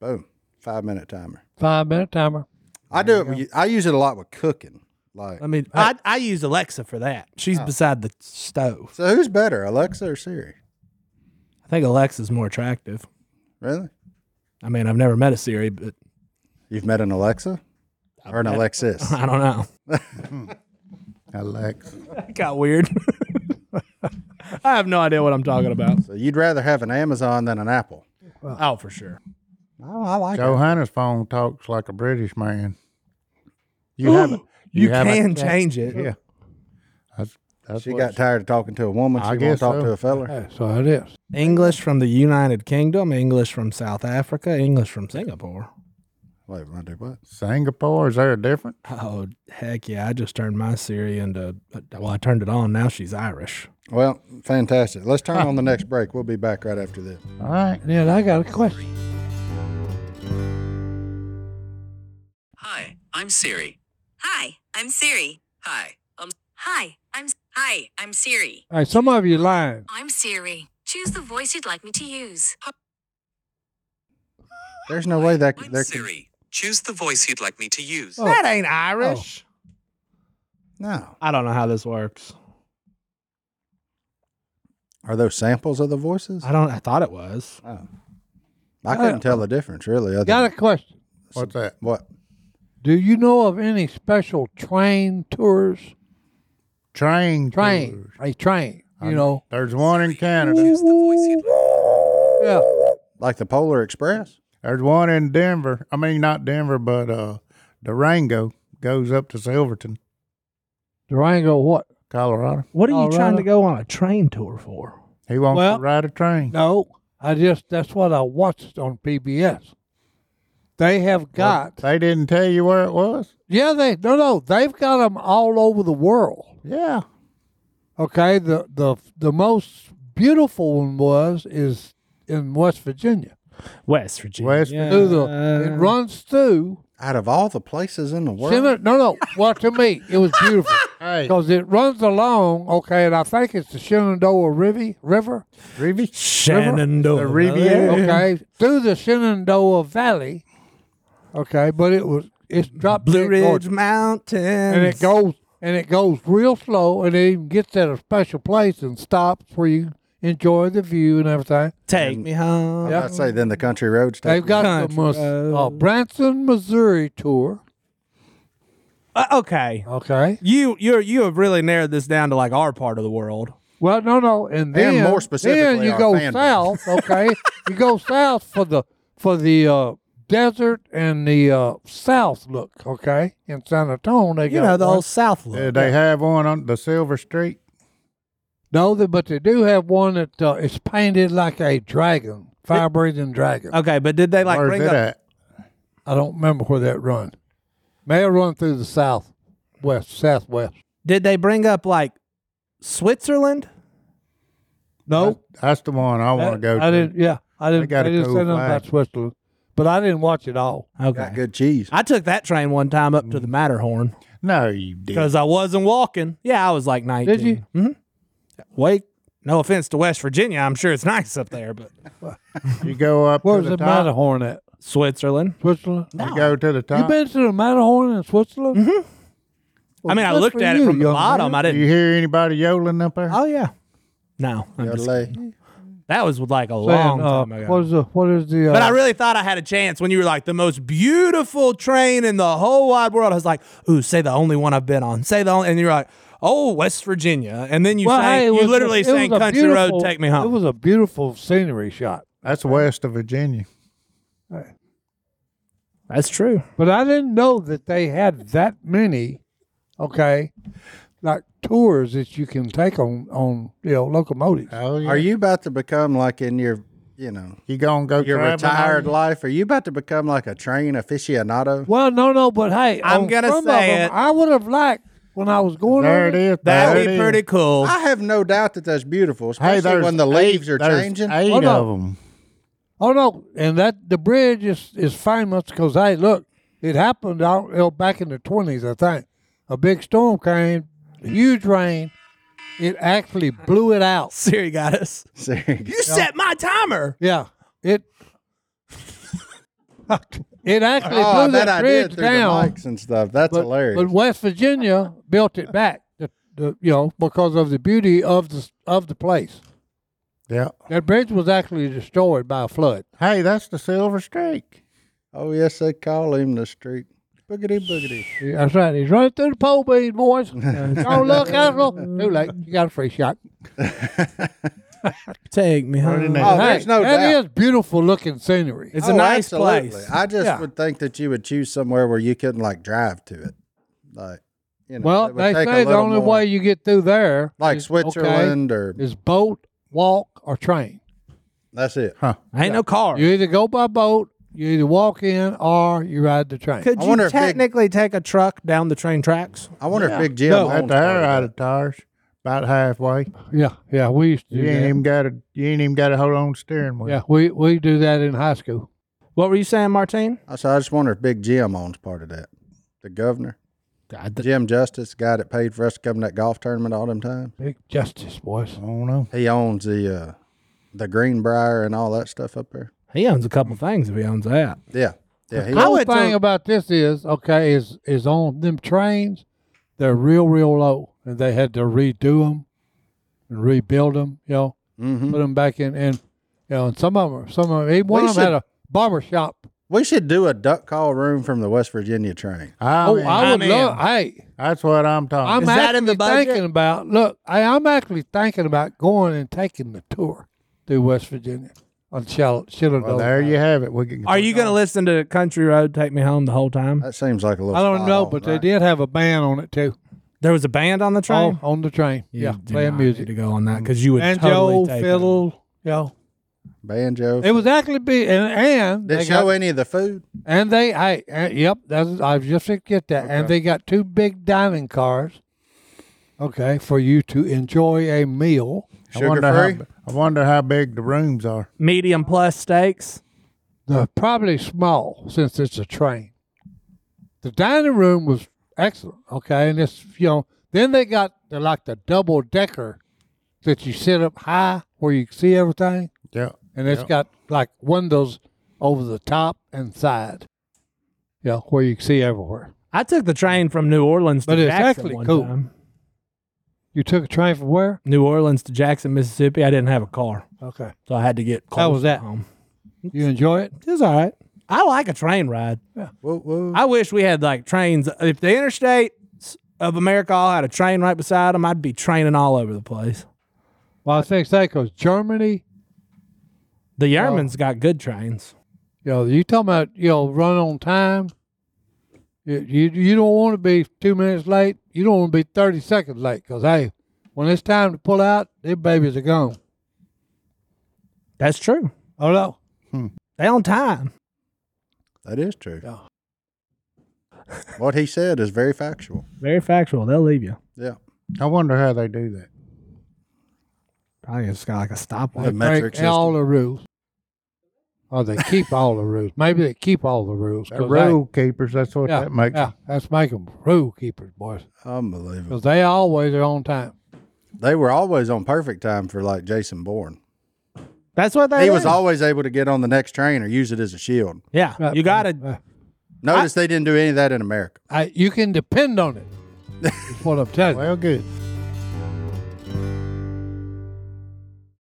S2: Boom, five minute timer.
S3: Five minute timer.
S2: I do it. with- I use it a lot with cooking. Like,
S4: I mean, I, I use Alexa for that.
S2: Oh.
S4: She's beside the stove.
S2: so who's better, Alexa or Siri?
S4: I think Alexa's more attractive.
S2: Really?
S4: I mean, I've never met a Siri, but
S2: You've met an Alexa or an Alexis?
S4: I don't know.
S1: Alex.
S4: That got weird. I have no idea what I'm talking about.
S2: so you'd rather have an Amazon than an Apple?
S4: Oh, for sure.
S2: Oh, I like it.
S1: Johanna's phone talks like a British man. You haven't.
S4: You,
S1: have it.
S4: can change it.
S1: Yeah. That's, that's
S2: She
S1: what
S2: got tired of talking to a woman. She
S1: I
S2: won't
S1: guess
S2: talk
S1: so.
S2: to a feller.
S3: Hey, so it is.
S4: English from the United Kingdom, English from South Africa, English from Singapore.
S2: Wait, I do what?
S1: Singapore, is there a difference?
S4: Oh, heck yeah. I just turned my Siri into, well, I turned it on. Now she's Irish.
S2: Well, fantastic. Let's turn on the next break. We'll be back right after this.
S1: All right.
S3: And then I got a question.
S5: Hi, I'm Siri.
S6: Hi, I'm Siri.
S5: Hi, um, I'm
S6: Hi, I'm Hi, I'm Siri.
S3: Hey, some of you lying.
S6: I'm Siri. Choose the voice you'd like me to use.
S2: There's no way that
S5: I'm
S2: there could-
S5: Siri. Choose the voice you'd like me to use.
S4: That ain't Irish.
S2: No.
S4: Oh. I don't know how this works.
S2: Are those samples of the voices?
S4: I don't, I thought it was.
S2: Oh. I couldn't tell the difference, really. Other
S3: Got a question.
S1: What's that?
S2: What?
S3: Do you know of any special train tours?
S1: Train.
S3: Train,
S1: tours.
S3: a train. You know,
S1: There's one in Canada.
S5: Choose the voice you'd like.
S3: yeah.
S2: Like the Polar Express?
S1: There's one in Denver. I mean, not Denver, but uh, Durango goes up to Silverton,
S3: Durango, what?
S1: Colorado.
S4: What are you
S3: Colorado?
S4: trying to go on a train tour for?
S1: He wants
S3: Well-
S1: to ride a train.
S3: No, I just that's what I watched on PBS. They have got
S1: They didn't tell you where it was.
S3: yeah they no no they've got them all over the world.
S1: Yeah,
S3: Okay, the the the most beautiful one was is in West Virginia.
S4: West Virginia.
S1: West Virginia.
S3: Through the, it runs through
S2: Out of all the places in the world?
S3: Senator, no, no. Well, to me, it was beautiful
S1: Hey.
S3: because it runs along. Okay, and I think it's the Shenandoah River. River.
S1: Reeve.
S4: Shenandoah.
S1: The Riviera.
S3: Okay, through the Shenandoah Valley. Okay, but it was it's drop
S4: Blue
S3: dead gorgeous.
S4: Ridge Mountains.
S3: and it goes and it goes real slow, and it even gets at a special place and stops where you enjoy the view and everything.
S4: Take me home.
S2: I'd say then the country roads. take
S3: They've got
S4: Country
S3: the Mus- uh, Branson, Missouri tour.
S4: Uh, okay.
S3: Okay.
S4: You you you have really narrowed this down to like our part of the world.
S3: Well, no, no, and then
S2: more
S3: then
S2: specifically
S3: you
S2: our
S3: go
S2: fan base.
S3: south. Okay, you go south for the for the uh, desert and the uh, south look. Okay, in San Antonio, they
S4: You
S3: got
S4: know the
S3: one.
S4: old South
S1: Uh,
S4: look.
S1: they have one on the Silver Street.
S3: no, they, but they do have one that uh, is painted like a dragon, fire breathing dragon.
S4: Okay, but did they like
S1: Where's
S4: bring
S1: it
S4: up?
S1: at?
S3: I don't remember where that run. May have run through the south, west, southwest.
S4: Did they bring up like Switzerland?
S3: No,
S1: That's, that's the one I want to
S3: Oh. that-
S1: go to.
S3: I didn't. Yeah, I didn't.
S1: got a
S3: they didn't
S1: cool
S3: say nothing
S1: flag.
S3: about Switzerland, but I didn't watch it all.
S4: Okay.
S2: Got good cheese.
S4: I took that train one time up
S3: Mm.
S4: to the Matterhorn
S1: No, you didn't.
S4: because I wasn't walking. Yeah, I was like 19.
S3: Did you?
S4: hmm Wake. No offense to West Virginia. I'm sure it's nice up there, but
S1: You go up
S3: Where
S1: to
S3: was
S1: the
S3: the
S1: top.
S3: Matterhorn at?
S4: Switzerland.
S3: Switzerland.
S4: Uh-huh.
S1: You go to the
S3: You
S1: top.
S3: been to the Matterhorn in Switzerland? Mm-hmm.
S4: I mean, I looked at it from the bottom. I
S1: Do
S4: didn't.
S1: you hear anybody yodeling up there?
S4: Oh, yeah. No. I'm just-
S2: Yodelay.
S4: that was like a long
S3: Saying, uh,
S4: time ago.
S3: what is the what is the? Uh,
S4: But I really thought I had a chance when you were like the most beautiful train in the whole wide world. I was like, ooh, say the only one I've been on. Say the only, and you're like, oh, West Virginia. And then you
S3: well,
S4: sang,
S3: hey, it
S4: you
S3: was-
S4: literally
S3: it was
S4: sang
S3: a
S4: Country Road,
S3: beautiful-
S4: Take Me
S3: It
S4: Home.
S3: was a beautiful scenery shot,
S1: That's west of Virginia.
S4: That's true.
S3: but I didn't know that they had that many. Okay, like tours that you can take on on you know locomotives.
S1: Oh, yeah.
S2: Are you about to become like in your, you know,
S1: You gonna go
S2: your
S1: traveling?
S2: retired life? Are you about to become like a train aficionado?
S3: Well, no, no, but hey,
S4: I'm
S3: on
S4: gonna
S3: some of
S4: say
S3: them,
S4: it.
S3: I would have liked when I was going
S1: There it
S3: over
S1: is.
S4: That
S1: there
S4: would be
S1: it
S4: pretty
S1: is.
S4: cool.
S2: I have no doubt that that's beautiful,
S1: Hey,
S2: especially
S1: there's
S2: when the leaves
S1: eight-
S2: are
S1: there's
S2: changing.
S1: Eight
S3: Hold
S1: of
S3: on.
S1: them.
S3: Oh no, and that the bridge is is famous because hey, look, it happened out you know, back in the twenties, I think. A big storm came, huge rain, it actually blew it out.
S4: Siri got us.
S2: Serious.
S4: You set my timer.
S3: Yeah, it it actually
S2: Oh,
S3: blew
S2: that,
S3: that
S2: I did
S3: bridge
S2: through the
S3: down.
S2: mics and stuff. That's
S3: But,
S2: hilarious.
S3: but West Virginia built it back, the, the, you know, because of the beauty of the of the place.
S1: Yeah.
S3: That bridge was actually destroyed by a flood.
S1: Hey, that's the Silver Streak.
S2: oh yes, they call him the street. Boogity boogity.
S3: That's right. He's running through the pole bean, boys. Don't look, Ethel. Too late. You got a free shot.
S4: Take me home.
S2: Oh, there's no
S3: that
S2: doubt.
S3: is beautiful looking scenery.
S4: It's a
S2: Oh,
S4: nice
S2: absolutely.
S4: place.
S2: I just
S4: Yeah.
S2: would think that you would choose somewhere where you couldn't like drive to it, like you know.
S3: well,
S2: it would
S3: they
S2: take a
S3: say the
S2: little
S3: only
S2: more-
S3: way you get through there,
S2: like
S3: is-
S2: Switzerland or
S3: okay, is boat, walk, or train.
S2: that's it.
S4: Ain't no car.
S3: You either go by boat, you either walk in, or you ride the train.
S4: Could
S2: I
S4: you
S2: wonder if Big-
S4: technically take a truck down the train tracks?
S2: I wonder if Big Jim
S3: No.
S1: Got
S2: owns
S1: the hair out
S2: part of
S1: of tires. About halfway.
S3: Yeah, yeah, we used to
S1: You
S3: do
S1: ain't
S3: that.
S1: even got a you ain't even got a hold on the steering wheel.
S3: Yeah, we we do that in high school.
S4: What were you saying, Martine?
S2: that. So I just wonder if Big Jim owns part of that. The governor, Jim Justice, the guy that paid for us to come to that golf tournament all them time.
S3: Big justice, boys.
S1: I don't know.
S2: He owns the uh, the Greenbrier and all that stuff up there.
S4: He owns a couple things if he owns that.
S2: Yeah, yeah. He
S3: The only
S4: went to-
S3: thing about this is okay is is on them trains, they're real real low, and they had to redo them and rebuild them. You know,
S2: Mhm.
S3: put them back in, and you know, and some of them, some of them, even one
S2: We
S3: of them
S2: should-
S3: had a barber shop.
S2: We should do a duck call room from the West Virginia train.
S1: I
S3: oh,
S1: mean,
S3: I would
S4: I'm
S3: love. Hey,
S1: that's what I'm talking.
S3: I'm
S4: Is that in
S3: actually
S4: the budget?
S3: thinking about. Look, I, I'm actually thinking about going and taking the tour through West Virginia on Shil- Shenandoah.
S1: well, there you have it. We can,
S4: Are you going to listen to Country Road Take Me Home the whole time?
S3: Uh,
S2: That seems like a little.
S3: I don't
S2: spot
S3: know,
S2: on,
S3: but
S2: right?
S3: they did have a band on it too.
S4: There was a band on the train.
S3: On, on the train,
S4: You
S3: Oh, yeah,
S4: do
S3: playing
S4: not
S3: music.
S4: need to go on that because you would
S3: banjo,
S4: totally take
S3: fiddle. Yeah,
S2: banjo.
S3: it was actually be and and
S2: Did
S3: they
S2: it show
S3: got,
S2: any of the food?
S3: and they I and, yep that's I just to get that and they got two big dining cars. Okay, for you to enjoy a meal.
S1: I wonder
S2: Sugar-free?
S1: how I wonder how big the rooms are.
S4: medium plus steaks.
S3: They're probably small since it's a train. The dining room was excellent. Okay, and it's you know then they got the, like the double decker that you sit up high where you can see everything.
S1: Yeah.
S3: and it's got like windows over the top and side. Yeah, where you can see everywhere.
S4: I took the train from New Orleans to
S3: But it's
S4: Jackson
S3: actually
S4: one
S3: cool.
S4: time.
S3: You took a train from where?
S4: New Orleans to Jackson, Mississippi. I didn't have a car,
S3: Okay.
S4: so I had to get close.
S3: How was
S4: to
S3: that?
S4: Home.
S3: You enjoy it?
S4: It was all right. I like a train ride.
S2: Whoa, whoa.
S4: I wish we had like trains. If the interstate of America all had a train right beside them, I'd be training all over the place.
S3: Well, I think so because Germany,
S4: The Yermans got good trains.
S3: you know, you talking about you know run on time. You you, you don't want to be two minutes late. You don't want to be thirty seconds late because hey, when it's time to pull out, their babies are gone.
S4: That's true.
S3: Oh no.
S4: They on time.
S2: That is true.
S3: Yeah.
S2: what he said is very factual.
S4: Very factual. They'll leave you.
S2: Yeah.
S1: I wonder how they do that.
S4: I think it's kind of like a
S2: The
S4: stopwatch.
S2: metric
S3: break all
S2: system.
S3: the rules. Or they keep all the rules. Maybe they keep all the rules.
S1: They're
S3: 'cause
S1: rule keepers. That's
S3: they-
S1: what
S3: yeah,
S1: that makes.
S3: yeah, that's make them rule keepers, boys.
S2: Unbelievable.
S3: Because they always are on time.
S2: They were always on perfect time for like Jason Bourne.
S4: That's what they
S2: He was
S4: do.
S2: always able to get on the next train or use it as a shield.
S4: Yeah,
S3: Uh,
S4: you got to
S3: uh,
S2: Notice they didn't do any of that in America.
S3: I, you can depend on it. That's what I'm telling you.
S1: Well, good.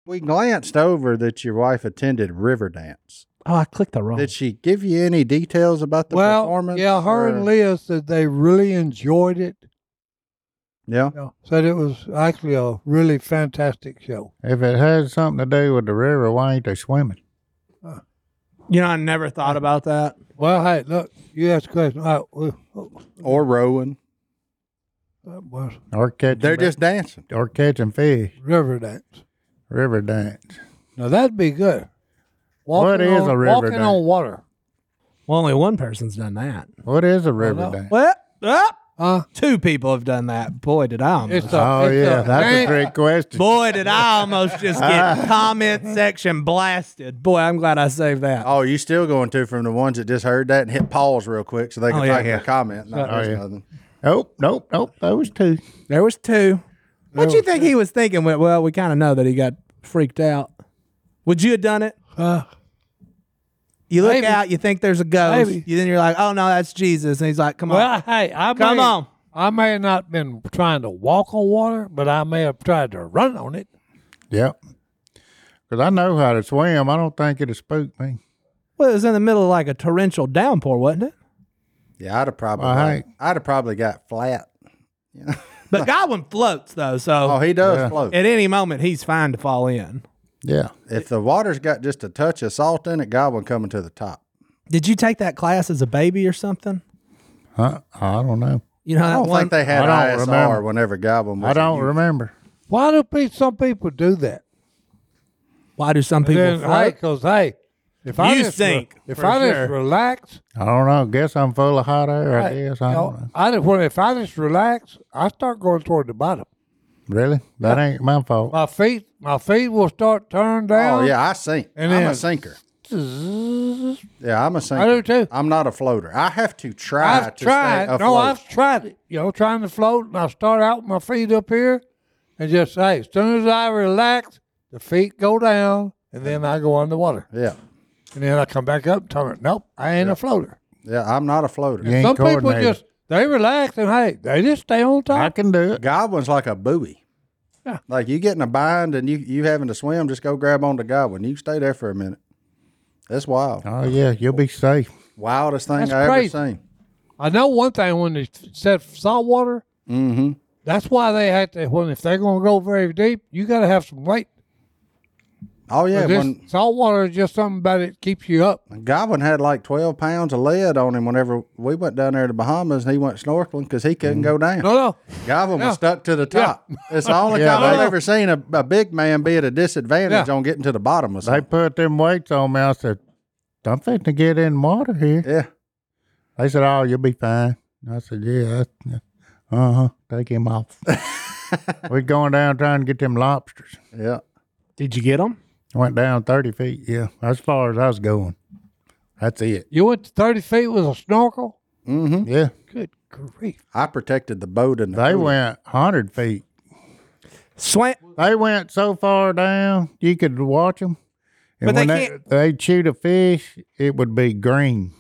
S2: We glanced over that your wife attended Riverdance.
S4: Oh, I clicked the wrong.
S2: Did she give you any details about the
S3: well,
S2: performance?
S3: yeah, her and
S2: or-
S3: Leah said they really enjoyed it.
S2: Yeah.
S3: You know, said it was actually a really fantastic show.
S1: If it has something to do with the river, why ain't they swimming?
S4: You know, I never thought about that.
S3: Well, hey, look, you asked a question. I, we- oh,
S2: Or rowing.
S3: that was
S1: Or catching,
S2: They're just dancing.
S1: or catching fish,
S3: Riverdance.
S1: river dance.
S3: Now that'd be good.
S1: What is
S3: on,
S1: a
S3: walking
S1: Riverdance?
S3: on water?
S4: Well, only one person's done that.
S1: What is a river
S3: no.
S1: dance?
S4: Well, oh,
S3: Huh?
S4: two people have done that. Boy, did I almost.
S3: It's a,
S1: Oh
S3: it's
S1: yeah,
S3: a
S1: that's a
S3: dance-
S1: trick question.
S4: Boy, did I almost just get comment section blasted. Boy, I'm glad I saved that.
S2: Oh, you still going to from the ones that just heard that and hit pause real quick so they can
S4: Oh, yeah,
S2: type
S4: yeah.
S2: their comment. No,
S1: Oh,
S2: there's
S1: yeah.
S2: nothing.
S1: Nope, nope, nope. Those two.
S4: There was two. What you think he was thinking? Well, Well, we kind of know that he got freaked out. Would you have done it?
S3: uh,
S4: You look
S3: Maybe.
S4: out, you think there's a ghost.
S3: Maybe.
S4: You, then you're like, oh no, that's Jesus. And he's like, come on.
S3: well, hey, I
S4: Come
S3: may,
S4: on.
S3: I may have not been trying to walk on water, but I may have tried to run on it.
S1: Yep. Because I know how to swim. I don't think it'll spook me.
S4: Well, it was in the middle of like a torrential downpour, wasn't it?
S2: Yeah, I'd have probably
S1: All right.
S2: I'd have probably got flat.
S4: But Godwin floats though, so
S2: Oh, he does
S1: Yeah.
S2: float.
S4: at any moment he's fine to fall in.
S1: Yeah.
S2: if the water's got just a touch of salt in it, Godwin coming to the top.
S4: Did you take that class as a baby or something?
S1: Huh? I don't know.
S4: You know,
S2: I
S4: that
S2: don't
S4: one,
S2: think they had
S1: I don't
S2: ISR
S1: remember.
S2: whenever Godwin was.
S1: I
S2: a
S1: don't
S2: youth.
S1: remember.
S3: Why do pe- some people do that?
S4: why do some people
S3: Then, hey,
S4: float?
S3: because hey, if I
S4: You
S3: just re-
S4: stink,
S3: if
S4: for
S3: I
S4: sure.
S3: just relax,
S1: I don't know. Guess I'm full of hot air. I
S3: hey,
S1: guess
S3: you
S1: I
S3: know,
S1: don't know.
S3: I just when if I just relax, I start going toward the bottom.
S1: Really? That ain't my fault.
S3: My feet, my feet will start turning down.
S2: Oh yeah, I sink.
S3: And
S2: I'm
S3: then-
S2: a sinker.
S3: Zzz.
S2: Yeah, I'm a sinker.
S3: do too.
S2: I'm not a floater. I have to try
S3: I've
S2: to
S3: tried.
S2: stay afloat.
S3: No, I've tried it. You know, trying to float, and I start out with my feet up here, and just hey, as soon as I relax, the feet go down, and then I go underwater,
S2: yeah,
S3: and then I come back up. And turn it. Nope, I ain't a floater.
S2: yeah, I'm not a floater.
S1: You ain't
S3: Some people
S1: coordinated.
S3: just they relax and hey, they just stay on top.
S1: I can do it.
S2: Godwin's like a buoy.
S3: Yeah.
S2: Like you get in a bind and you you having to swim, just go grab onto Godwin. You stay there for a minute. That's wild.
S1: Oh yeah, you'll be safe.
S2: Wildest thing
S3: That's
S2: I
S3: crazy.
S2: ever seen.
S3: I know one thing when they said saltwater,
S2: Mm-hmm.
S3: that's why they had to. When if they're going to go very deep, you got to have some weight.
S2: Oh yeah,
S3: This
S2: when
S3: saltwater is just something about it keeps you up.
S2: Godwin had like twelve pounds of lead on him whenever we went down there to Bahamas and he went snorkeling because he
S1: Mm-hmm.
S2: couldn't go down.
S3: No, no,
S2: Godwin
S3: Yeah.
S2: was stuck to the top. It's the only
S1: Yeah,
S2: time I've
S1: they-
S2: ever seen a, a big man be at a disadvantage
S3: Yeah.
S2: on getting to the bottom of
S1: They
S2: something.
S1: put them weights on me. I said, I'm fixing to get in water here.
S2: yeah.
S1: They said, Oh, you'll be fine. I said, Yeah, uh huh. Take him off. We're going down trying to get them lobsters.
S2: Yeah.
S4: Did you get him?
S1: Went down 30 feet. Yeah, as far as I was going. That's it.
S3: you went to thirty feet with a snorkel.
S2: Mm-hmm.
S1: Yeah.
S3: Good grief!
S2: I protected the boat and the
S1: They
S2: pool.
S1: went 100 feet.
S4: Swam.
S1: They went so far down, you could watch them. And
S4: But they
S1: when they, they shoot a fish, it would be green.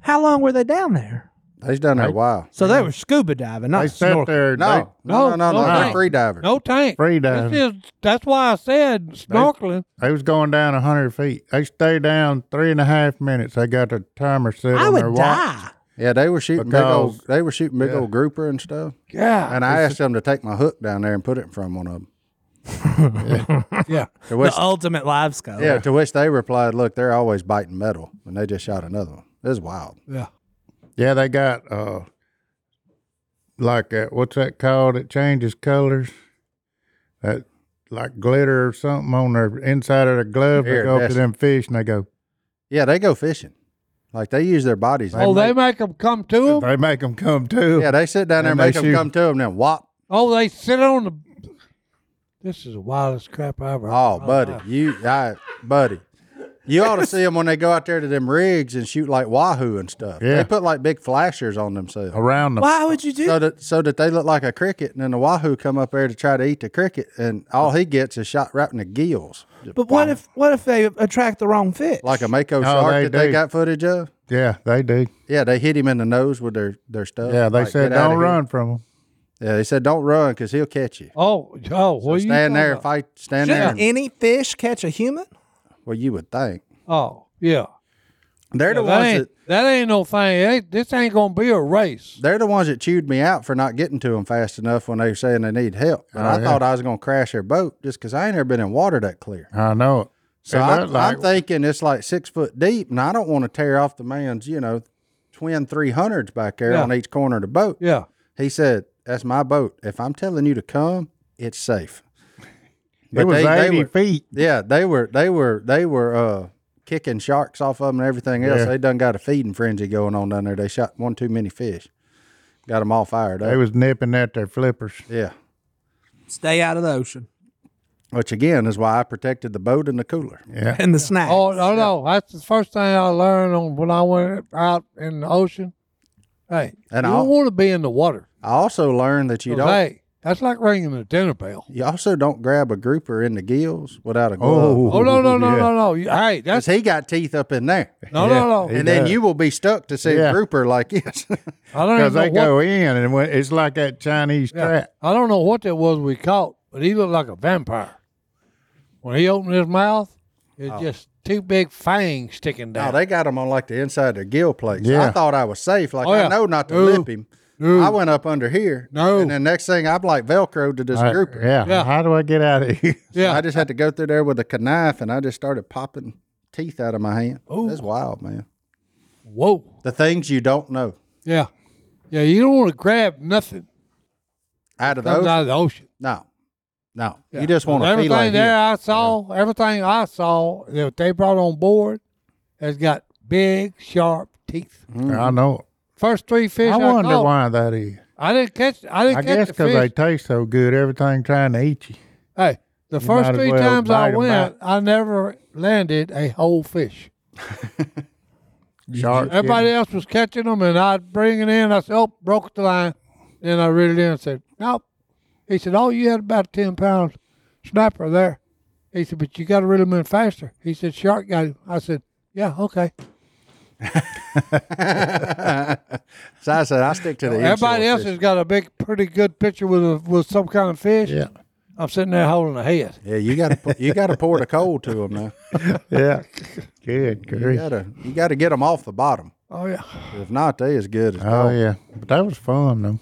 S4: How long were they down there?
S2: They's done there a while.
S4: So they were scuba diving, not
S1: They sat
S4: snorkeling.
S1: there.
S2: No, no, no, no,
S3: no,
S2: no.
S1: no.
S2: They're free divers.
S3: No tank.
S1: Free
S3: This
S1: diving.
S3: is, that's why I said snorkeling.
S1: They was going down a hundred feet. They stayed down three and a half minutes. They got the timer set
S4: I
S1: on their
S4: would
S1: watch.
S4: die.
S2: Yeah, they were shooting big old.
S1: Because-
S2: They were shooting big
S1: yeah.
S2: old grouper and stuff.
S3: Yeah,
S2: And I asked them to take my hook down there and put it in front of one of them.
S3: yeah.
S2: To which,
S4: the ultimate live scope.
S2: yeah, to which they replied, "Look, they're always biting metal," and they just shot another one. This is wild.
S1: Yeah, they got uh, like uh what's that called? It changes colors. That like glitter or something on their inside of their glove. They go up to
S2: Iridescent.
S1: them fish and they go.
S2: Yeah, they go fishing. Like they use their bodies.
S3: oh, they make them come to them.
S1: They make them come too.
S2: yeah, they sit down there
S1: And
S2: and
S1: they
S2: make them
S1: shoot.
S2: come to them. Then whop.
S3: Oh, they sit on the. This is the wildest crap I ever.
S2: Oh,
S3: heard in my
S2: buddy,
S3: life.
S2: you, I, buddy, you ought to see them when they go out there to them rigs and shoot like wahoo and stuff.
S1: Yeah.
S2: They put like big flashers on themselves
S1: around the
S4: Why would you do
S2: so
S4: that?
S2: that so that they look like a cricket, and then the wahoo come up there to try to eat the cricket, and all he gets is shot right in the gills,
S4: But what if what if they attract the wrong fish?
S2: like a mako
S1: No,
S2: shark
S1: Oh, they
S2: that they
S1: do.
S2: got footage of.
S1: yeah, they do.
S2: Yeah, they hit him in the nose with their their stuff.
S1: Yeah, they
S2: Like,
S1: said
S2: "Get outta
S1: don't
S2: here."
S1: run from them.
S2: Yeah, they said don't run because he'll catch you.
S3: Oh, oh, what are you
S2: stand there,
S3: talking
S2: fight. Stand there.
S4: Shouldn't
S2: and-
S4: any fish catch a human?
S2: well, you would think
S3: about? Oh, yeah.
S2: they're the
S3: Yeah, that,
S2: ones
S3: ain't,
S2: that
S3: that ain't no thing. It ain't- this ain't gonna be a race.
S2: they're the ones that chewed me out for not getting to them fast enough when they were saying they need help. And
S1: Oh,
S2: I
S1: yeah.
S2: thought I was going to crash their boat just because I ain't never been in water that clear.
S1: I know it.
S2: So
S1: It
S2: I,
S1: looked like-
S2: I'm thinking it's like six foot deep, and I don't want to tear off the man's, you know, twin 300s back there
S3: Yeah.
S2: on each corner of the boat.
S3: Yeah.
S2: He said, That's my boat. If I'm telling you to come, it's safe.
S1: it was eighty
S2: were,
S1: feet.
S2: Yeah, they were, they were, they were, uh, Kicking sharks off of them and everything else.
S1: Yeah.
S2: They done got a feeding frenzy going on down there. They shot one too many fish, got them all fired up.
S1: They was nipping at their flippers.
S2: yeah,
S4: Stay out of the ocean
S2: which again is why I protected the boat and the cooler.
S1: Yeah,
S4: and the snack.
S3: Oh, oh no, that's the first thing I learned on when I went out in the ocean. Hey,
S2: And
S3: you
S2: I'll-
S3: don't want to be in the water.
S2: I also learned that you
S3: 'Cause,
S2: don't.
S3: Oh, Hey, that's like ringing the dinner bell.
S2: You also don't grab a grouper in the gills without a glove.
S1: Oh.
S3: Oh no, no, no,
S1: Yeah.
S3: no, no. You- Hey,
S2: Because
S3: that's
S2: he got teeth up in there.
S3: no,
S1: Yeah.
S3: no, no.
S1: He
S2: and then
S1: does.
S2: you will be stuck to see
S1: Yeah.
S2: a grouper like this.
S3: I don't
S1: because
S3: even know
S1: they
S3: what,
S1: go in and when, it's like that Chinese
S3: yeah,
S1: trap.
S3: I don't know what that was we caught, but he looked like a vampire. When he opened his mouth, it's just two big fangs sticking
S2: no,
S3: down.
S2: they got him on like the inside of their gill plates. I
S1: Yeah.
S2: thought I was safe. Like,
S3: Oh,
S2: I
S3: yeah.
S2: know not to
S3: No.
S2: lip him.
S3: No.
S2: I went up under here.
S3: No.
S2: And the next thing, I'm like Velcroed to this
S1: I-
S2: grouper.
S1: yeah.
S3: Yeah.
S1: How do I get out of here?
S3: yeah,
S2: I just had to go through there with a knife and I just started popping teeth out of my hand.
S3: Ooh.
S2: That's wild, man.
S3: whoa.
S2: The things you don't know
S3: Yeah. Yeah, you don't want to grab nothing
S2: out of
S3: comes
S2: those.
S3: out of the ocean.
S2: No. No.
S3: Yeah.
S2: You just want to
S3: everything
S2: feel like
S3: there
S2: you.
S3: I saw, everything I saw that they brought on board has got big, sharp teeth.
S2: Mm-hmm.
S1: I know.
S3: First three
S1: it.
S3: fish
S1: I
S3: I,
S1: wonder
S3: caught,
S1: why that is.
S3: I didn't catch. I didn't
S1: I
S3: catch
S1: guess
S3: the
S1: because they
S3: fish.
S1: taste so good, everything trying to eat you.
S3: hey, the
S1: You
S3: first
S1: might as
S3: three
S1: well
S3: times
S1: bite
S3: I
S1: 'em
S3: went, I never landed a whole fish.
S1: Sharks.
S3: Everybody else was catching them, and I'd bring it in. I said, "Oh, broke the line." Then I reeled it in and said, "Nope." He said, "Oh, you had about ten pounds snapper there." He said, "But you got to reel him in faster." He said, "Shark got him." I said, "Yeah, okay."
S2: So I said, I stick to the
S3: Everybody
S2: inshore
S3: else
S2: fishing.
S3: has got a big, pretty good picture with a, with some kind of fish.
S1: Yeah.
S3: I'm sitting there holding a head.
S2: Yeah, you got to you got to pour the coal to them now.
S1: Yeah. Good
S2: You
S1: grief.
S2: gotta you gotta get them off the bottom.
S3: Oh yeah,
S2: If not, they as good as
S1: Oh
S2: gold.
S1: yeah, but that was fun though.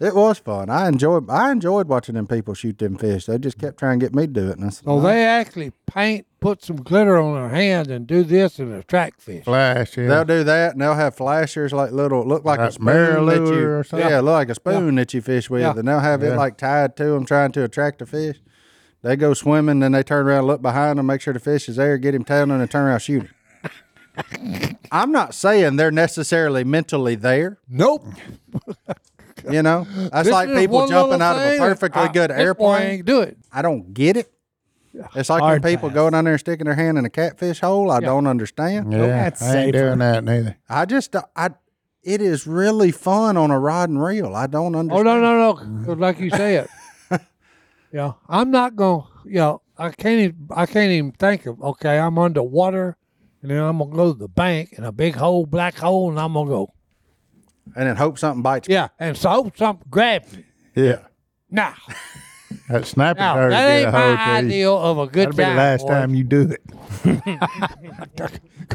S2: It was fun. I enjoyed I enjoyed watching them people shoot them fish. They just kept trying to get me to do it. And I said,
S3: so
S2: "No."
S3: they actually paint, put some glitter on their hands, and do this and attract fish.
S1: Flash. Yeah.
S2: They'll do that, and they'll have flashers like little look like a
S1: Like
S2: spoon
S1: mirror
S2: that you,
S1: lure or something?
S2: yeah, look like a spoon that you fish with,
S3: Yeah.
S2: and they'll have it like tied to them, trying to attract the fish. They go swimming, then they turn around, look behind them, make sure the fish is there, get him down, and then turn around shoot him. I'm not saying they're necessarily mentally there,
S3: Nope.
S2: you know. That's
S3: This
S2: like
S3: is
S2: people
S3: one
S2: jumping
S3: little
S2: out of a
S3: thing that
S2: perfectly
S3: I-
S2: good
S3: this boy
S2: airplane.
S3: ain't Do it.
S2: I don't get it. It's like when
S3: Hard
S2: people
S3: pass.
S2: go down there and sticking their hand in a catfish hole. I don't understand.
S1: yeah.
S3: Oh,
S4: that's
S1: I ain't
S4: safer.
S1: doing that neither.
S2: I just uh, I it is really fun on a rod and reel. I don't
S3: Oh
S2: understand.
S3: no no no!
S1: Mm-hmm.
S3: 'cause like you said, yeah, I'm not gonna. You know, I can't. Even, I can't even think of. Okay, I'm underwater, and then I'm gonna go to the bank in a big hole, black hole, and I'm gonna go.
S2: And then hope something bites. me.
S3: Yeah, and so something grabbed me.
S1: Yeah.
S3: Now,
S1: That snapper
S3: now
S1: turd
S3: that
S1: get a
S3: ain't
S1: hold
S3: my
S1: to you.
S3: ideal of a good
S1: That'll be the
S3: time,
S1: last
S3: boy.
S1: time you do it.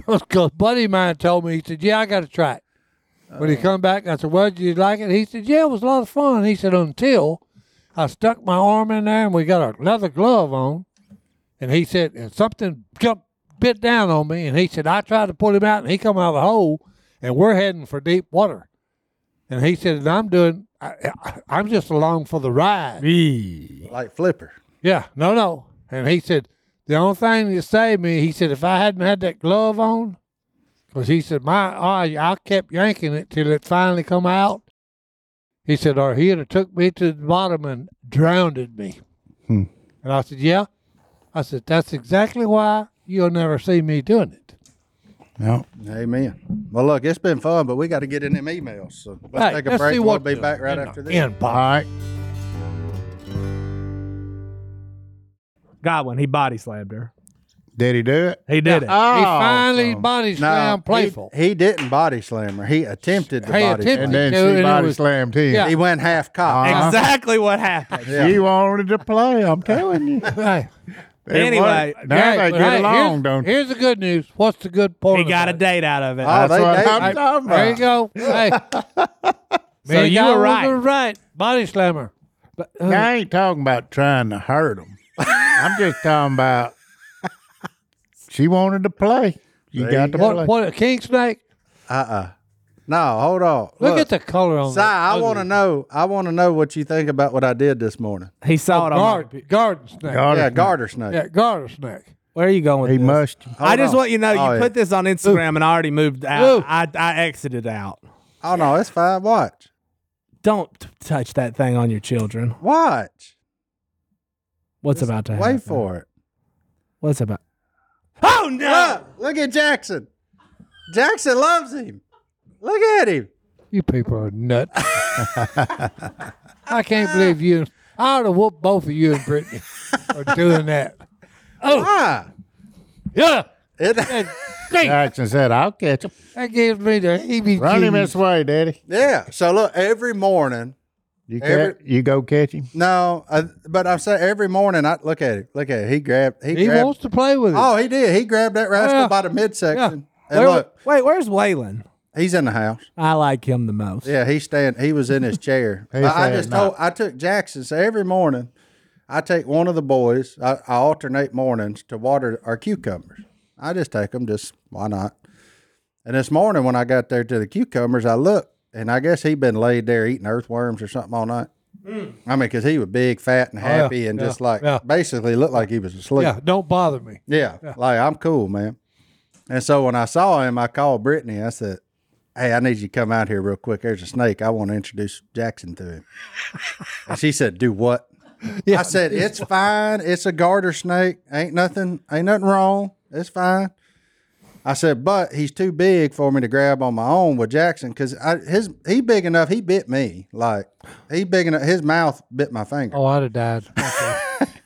S3: Cause, Cause buddy of mine told me, he said, "Yeah, I got to try it." When he come back, I said, "Well, did you like it?" He said, "Yeah, it was a lot of fun." He said, "Until I stuck my arm in there and we got a leather glove on," and he said, "And something jumped, bit down on me." And he said, "I tried to pull him out, and he come out of the hole, and we're heading for deep water." And he said, "And I'm doing, I, I, I'm just along for the ride."
S2: Like flipper.
S3: Yeah, no, no. And he said, the only thing that saved me, he said, if I hadn't had that glove on, because he said, my eye, I kept yanking it till it finally come out. He said, or he'd have took me to the bottom and drowned me. And I said, Yeah. I said, That's exactly why you'll never see me doing it.
S1: No.
S2: Amen. Well, look, it's been fun, but we got to get in them emails. So let's
S3: Hey,
S2: take a
S3: let's
S2: break.
S3: see
S2: We'll
S3: what
S2: be
S3: the-
S2: back right
S3: in the
S2: after this.
S3: end
S1: All right.
S3: box.
S4: Godwin, he body slammed her.
S1: Did he do it?
S4: He did it.
S3: he finally
S1: Oh, awesome.
S3: body slammed playful.
S2: He, he didn't body slam her. He attempted to
S3: He
S2: body
S1: And
S3: attempted.
S2: slam.
S1: then
S3: No, and
S1: she
S3: it
S1: body
S3: was-
S1: slammed him.
S3: Yeah.
S2: He went half cocked.
S1: Uh-huh.
S4: exactly what happened.
S2: Yeah.
S1: She wanted to play. I'm telling you.
S3: Hey,
S1: It was-
S4: Anyway,
S1: now
S3: hey,
S1: they
S3: but
S1: get
S3: hey,
S1: along,
S3: here's,
S1: don't they?
S3: Here's the good news. What's the good point?
S4: He got a
S3: about it?
S4: date out of it.
S2: Oh,
S1: That's
S2: they-
S1: what
S2: they-
S1: I'm talking
S3: There you
S1: about.
S3: go. Hey.
S4: So you
S3: guy
S4: were right.
S3: was right. Body slammer. uh,
S1: Now, I ain't talking about trying to hurt him. I'm just talking about she wanted to play. You
S2: There
S1: got
S2: you
S1: to
S3: What?
S1: play.
S3: What? A king snake?
S2: Uh-uh. No, hold on.
S3: Look, at the color on
S2: Si, I
S3: that.
S2: want to know. I want to know what you think about what I did this morning.
S4: He saw it on.
S3: garden, garden snake.
S1: Garter
S2: yeah,
S1: snake.
S2: garter snake.
S3: Yeah, garden snake.
S4: Where are you going with
S1: He
S4: this?
S1: must.
S2: Hold
S4: I just
S2: on.
S4: want you to know
S2: Oh,
S4: you
S2: yeah.
S4: put this on Instagram and I already moved out.
S3: Ooh.
S4: I, I exited out.
S2: Oh no, it's fine. Watch,
S4: Don't t- touch that thing on your children.
S2: watch.
S4: What's about to happen?
S2: Wait for it.
S4: What's about? Oh no!
S2: Look, look at Jackson. Jackson loves him. Look at him.
S3: You people are nuts. I can't believe you. I would have whooped both of you and Brittany for doing that. Oh.
S2: Why?
S3: Yeah.
S2: Ah. It,
S3: Great.
S1: Jackson said, I'll catch him.
S3: That gives me the E EBG.
S1: Run him this way, Daddy.
S2: yeah. So look, every morning.
S1: You,
S2: Every-
S1: catch, you go catch him.
S2: No, I, but I'm saying every morning. I look at it. Look at it. He grabbed. He,
S3: He
S2: grabbed.
S3: wants to play with it.
S2: oh, he did. He grabbed that rascal
S3: Yeah.
S2: by the midsection. And
S4: Where-
S2: look,
S4: wait, where's Waylon?
S2: he's in the house.
S4: I like him the most.
S2: Yeah, he stand. He was in his chair.
S1: He
S2: But I
S1: said
S2: just told. I took Jackson. So every morning, I take one of the boys. I, I alternate mornings to water our cucumbers. I just take them. Just why not? And this morning when I got there to the cucumbers, I looked, and I guess he'd been laid there eating earthworms or something all night. I mean, because he was big, fat, and
S3: Hmm. Oh, yeah,
S2: happy, and
S3: yeah,
S2: just like
S3: yeah.
S2: basically looked like he was asleep.
S3: yeah. Don't bother me.
S2: Yeah, like I'm cool, man. And so when I saw him, I called Brittany. I said, "Hey, I need you to come out here real quick. There's a snake. I want to introduce Jackson to him." and she said, "Do what?" I said, "It's fine. It's a garter snake. Ain't nothing. Ain't nothing wrong. It's fine." I said, "But he's too big for me to grab on my own with Jackson because his he big enough. He bit me like he big enough. His mouth bit my finger."
S3: Oh, I'd have died.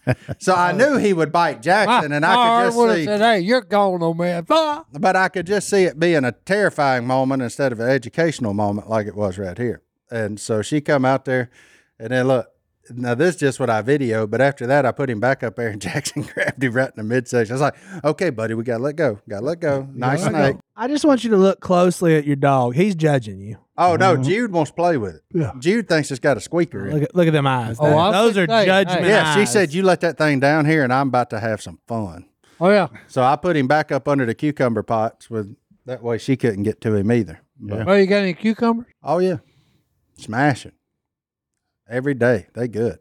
S3: Okay.
S2: So I knew he would bite
S3: Ah,
S2: Jackson, and Oh. I could just
S3: would have
S2: see.
S3: said, "Hey, you're gone, old man." Ah!
S2: but I could just see it being a terrifying moment instead of an educational moment like it was right here. And so she come out there, and then look. Now this is just what I videoed, but after that I put him back up there, and Jackson grabbed him right in the midsection. I was like, "Okay, buddy, we gotta let go. Gotta let go. Nice snake."
S4: I just want you to look closely at your dog. He's judging you.
S2: Oh no, Jude wants to play with it.
S3: Yeah.
S2: Jude thinks it's got a squeaker in it.
S4: Look at look at them eyes.
S3: Oh, I
S4: those are
S3: was gonna say,
S4: judgment.
S3: hey.
S2: Yeah, she
S4: eyes.
S2: said, "You let that thing down here, and I'm about to have some fun."
S3: Oh yeah.
S2: So I put him back up under the cucumber pots with. That way she couldn't get to him either. But-
S3: Oh, you got any cucumbers?
S2: Oh yeah, smashing every day. They good.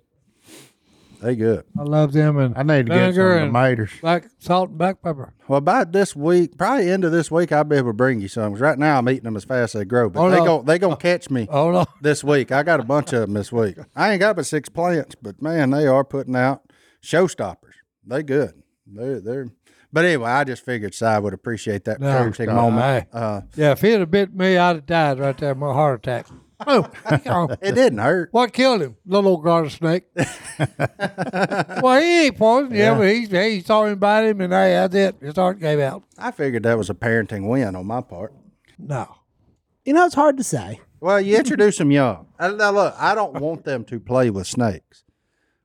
S2: They good.
S3: I love them and
S1: I need to get
S3: vinegar
S1: some
S3: and
S1: tomatoes.
S3: black salt and black pepper.
S2: Well, by this week, probably end of this week, I'll be able to bring you some. 'Cause right now, I'm eating them as fast as they grow. But
S3: Oh,
S2: they
S3: no.
S2: gon' they gonna catch me
S3: Oh no.
S2: this week. I got a bunch of them this week. I ain't got but six plants, but man, they are putting out showstoppers. They good. They're they're. But anyway, I just figured Si would appreciate that
S3: No,
S2: particular
S3: no,
S2: moment. Uh,
S3: Yeah, if he'd have bit me, I'd have died right there. My heart attack. Oh, oh.
S2: it didn't hurt.
S3: what killed him? Little old garter snake. well, he ain't poisoned. Yeah, but he, he saw him bite him, and hey, that's it. His heart gave out.
S2: I figured that was a parenting win on my part.
S3: No.
S4: "You know, it's hard to say."
S2: Well, you introduce them young. And Now, look, I don't want them to play with snakes,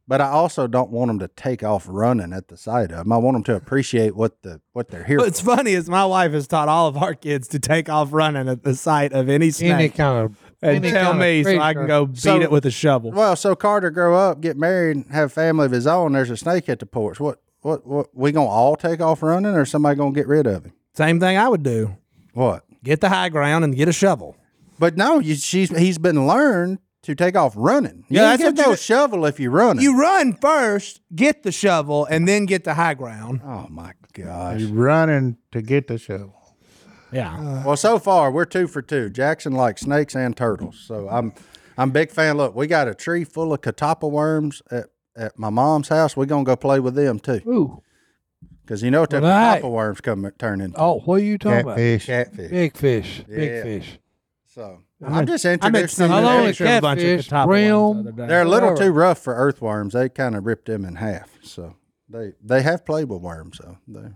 S2: but I also don't want them to take off running at the sight of them. I want them to appreciate what the what they're here.
S4: What's
S2: for.
S4: funny is my wife has taught all of our kids to take off running at the sight of any
S3: Any
S4: snake
S3: kind of.
S4: and
S3: any
S4: tell
S3: kind of
S4: me so I
S3: creature.
S4: can go beat
S2: So-
S4: it with a shovel.
S2: Well, so Carter grow up, get married, and have a family of his own. There's a snake at the porch. What what what? We gonna all take off running, or somebody gonna get rid of him?
S4: Same thing I would do:
S2: What?
S4: get the high ground and get a shovel.
S2: But no, you, she's he's been learned to take off running. You
S4: Yeah,
S2: ain't
S4: that's
S2: get
S4: what you
S2: no
S4: do.
S2: shovel if you're running.
S4: You run first, get the shovel, and then get the high ground.
S2: oh my gosh.
S1: He's running to get the shovel.
S3: Uh,
S4: Yeah,
S2: Well, so far we're two for two. Jackson likes snakes and turtles, so I'm I'm big fan. Look, we got a tree full of catapa worms at at my mom's house, we're gonna go play with them too,
S3: Ooh.
S2: because you know what them
S3: Right.
S2: copper worms come turn into.
S3: Oh, what are you talking about?
S1: Catfish.
S2: catfish.
S3: Big fish.
S2: Yeah.
S3: Big fish.
S2: So
S4: I
S2: I'm
S4: meant-
S2: just
S4: I meant
S2: introducing
S4: some
S3: How
S4: of
S3: long
S4: the
S2: them.
S3: is
S4: picture of a bunch of
S3: catfish,
S4: Catawba ones the
S3: bream?
S4: other day.
S2: They're a little
S3: Whatever.
S2: too rough for earthworms. They kind of ripped them in half. So they they have played with worms. So the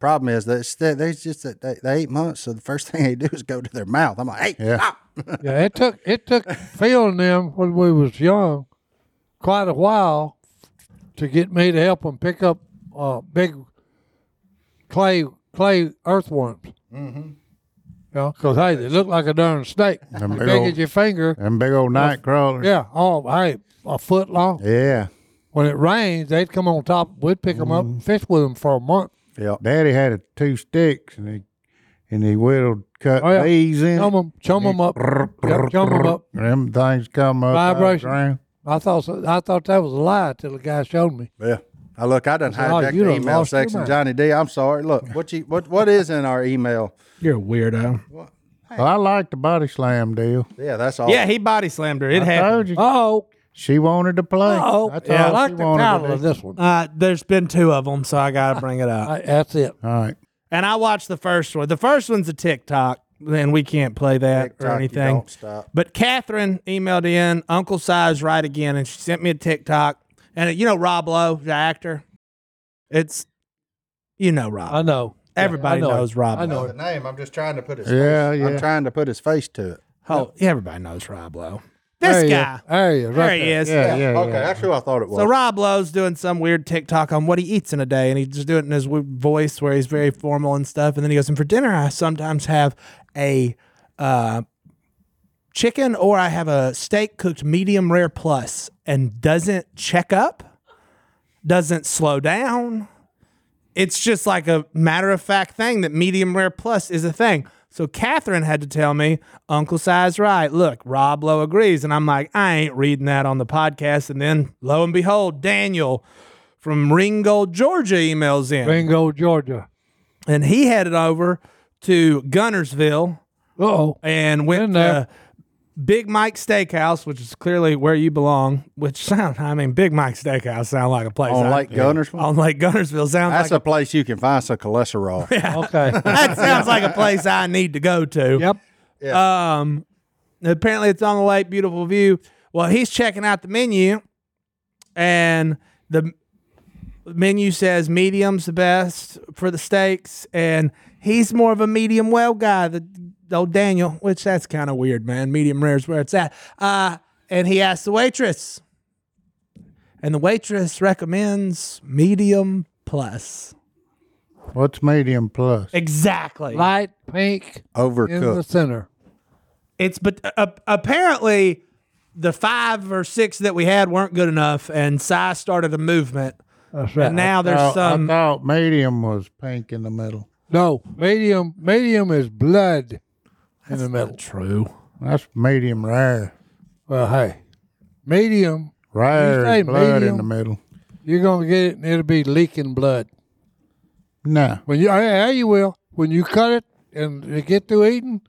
S2: problem is that it's- they they just that they, they eat months. So the first thing they do is go to their mouth. I'm like, hey,
S1: Yeah.
S2: stop.
S3: Yeah, it took it took Phil and them when we was young quite a while to get me to help them pick up uh, big clay clay earthworms. Mm-hmm. You know, 'cause, hey, they look like a darn snake. As
S1: Them
S3: big
S1: big
S3: as
S1: old-
S3: your finger.
S1: Them big old night crawlers.
S3: Yeah, oh, hey, a foot long.
S1: Yeah.
S3: When it rains, they'd come on top. We'd pick them up and fish with them for a month.
S2: Yep.
S1: Daddy had a, two sticks and he and he whittled cut
S3: Oh, yeah.
S1: these in.
S3: Chum them, chum them up. Yep, chum 'em up.
S1: Them things come up. out of the
S3: Vibration.
S1: ground.
S3: I thought so, I thought that was a lie till the guy showed me.
S2: Yeah. I look, I done
S3: said, "Oh,
S2: hijacked
S3: you
S2: the
S3: done
S2: email
S3: lost your
S2: section,
S3: mind."
S2: Johnny D. I'm sorry. Look, what you what what is in our email?
S4: You're a weirdo.
S1: Well, I like the body slam deal.
S2: Yeah, that's all.
S4: Yeah, he body slammed her. It
S1: I
S4: happened.
S1: told you.
S3: Oh,
S1: She wanted to play.
S3: oh,
S1: That's
S3: yeah, I
S1: all
S3: like
S1: she
S3: the
S1: wanted to
S3: title
S1: do.
S3: of this one.
S4: Uh, there's been two of them, so I gotta bring it up.
S3: I, that's it.
S1: All right.
S4: And I watched the first one. The first one's a TikTok, and we can't play that
S2: TikTok,
S4: or
S2: you
S4: anything.
S2: don't stop.
S4: But Catherine emailed in Uncle Size right again, and she sent me a TikTok. And you know Rob Lowe, the actor. It's you know Rob.
S3: I know.
S4: Everybody
S3: I know
S4: knows
S3: it.
S4: Rob
S3: I
S4: Lowe.
S3: know
S2: Oh, The
S3: it.
S2: name. I'm just trying to put his.
S1: Yeah,
S2: face-
S1: yeah.
S2: I'm trying to put his face to it.
S4: Oh, everybody knows Rob Lowe. This
S3: there
S4: guy.
S3: He, there he is. Right
S4: There he is.
S1: Yeah, yeah,
S2: okay,
S1: yeah.
S2: that's who I thought it was.
S4: So Rob Lowe's doing some weird TikTok on what he eats in a day, and he's just doing it in his weird voice where he's very formal and stuff. And then he goes, "And for dinner, I sometimes have a uh, chicken, or I have a steak cooked medium rare plus, and doesn't check up, doesn't slow down. It's just like a matter of fact thing that medium rare plus is a thing." So Catherine had to tell me, Uncle Size right. Look, Rob Lowe agrees. And I'm like, I ain't reading that on the podcast. And then lo and behold, Daniel from Ringgold, Georgia emails in.
S3: Ringo, Georgia.
S4: And he headed over to Gunnersville
S3: Uh oh.
S4: and went
S3: Been there.
S4: to Big Mike Steakhouse, which is clearly where you belong, which sound I mean, Big Mike Steakhouse sound like a place
S2: on
S4: I-
S2: Lake Gunners.
S4: on Lake Gunnersville sounds
S2: That's
S4: like
S2: a place you can find some cholesterol.
S3: Okay.
S4: that sounds like a place I need to go to.
S3: yep.
S4: Um, apparently it's on the lake, beautiful view. Well, he's checking out the menu, and the menu says medium's the best for the steaks, and he's more of a medium well guy, the the old Daniel, which that's kind of weird, man. Medium rare is where it's at. Uh, and he asked the waitress, and the waitress recommends medium plus.
S1: What's medium plus?
S4: Exactly.
S3: Light pink in the
S2: Overcooked.
S3: center.
S4: It's but uh, apparently the five or six that we had weren't good enough, and Cy started a movement.
S3: That's right.
S4: And now there's
S1: I,
S4: some.
S1: I thought medium was pink in the middle.
S3: no, medium. Medium is blood in the middle.
S4: true.
S1: That's medium rare.
S3: Well, hey, medium.
S1: Rare
S3: say
S1: and blood in
S3: medium?
S1: the middle.
S3: You're gonna get it, and it'll be leaking blood.
S1: No.
S3: When you, yeah, you will. When you cut it and you get through eating,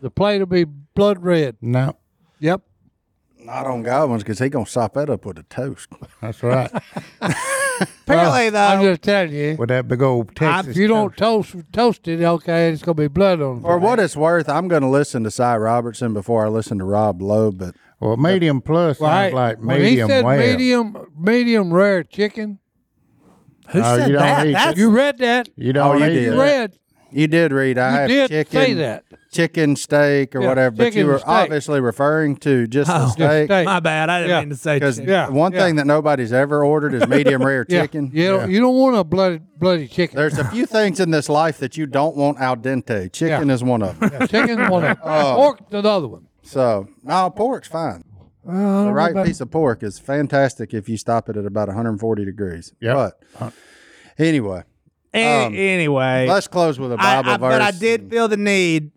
S3: the plate will be blood red.
S1: No.
S3: Yep.
S2: Not on Godwin's because he gonna sop that up with a toast.
S1: That's right.
S4: Apparently,
S3: Uh, I'm
S4: though,
S3: just telling you.
S1: With that big old Texas.
S3: If you don't toast toast it, okay, it's gonna be blood on. it.
S2: For what it's worth, I'm gonna listen to Cy Robertson before I listen to Rob Lowe. But
S1: Well, medium plus
S3: Right.
S1: sounds like
S3: when he
S1: medium
S3: said
S1: well.
S3: medium medium rare chicken.
S4: who
S1: Oh,
S4: said
S1: you don't
S4: that?
S1: eat
S4: That's,
S3: You read that?
S1: You don't
S2: Oh, you
S1: eat
S2: did.
S1: that.
S2: Right.
S3: Read.
S2: you did read I
S3: You
S2: have
S3: did
S2: chicken,
S3: say that.
S2: chicken steak or
S3: Yeah,
S2: whatever. But you
S3: chicken
S2: were
S3: steak.
S2: obviously referring to just
S4: Oh.
S2: the
S4: Just
S2: steak.
S3: steak.
S4: my bad. I didn't
S3: Yeah.
S4: mean to say.
S2: Because
S4: chicken.
S3: Yeah,
S2: one
S3: yeah.
S2: thing that nobody's ever ordered is medium rare chicken.
S3: Yeah. You don't, you don't want a bloody bloody chicken.
S2: There's a few things in this life that you don't want al dente. Chicken is one of them.
S3: Chicken's one of them. Pork's another one.
S2: So no, pork's fine. the right piece of pork is fantastic if you stop it at about 140 degrees.
S1: Yep.
S2: But anyway,
S4: A-
S2: um,
S4: anyway,
S2: let's close with a
S4: I,
S2: Bible
S4: I-
S2: verse.
S4: but I did feel the need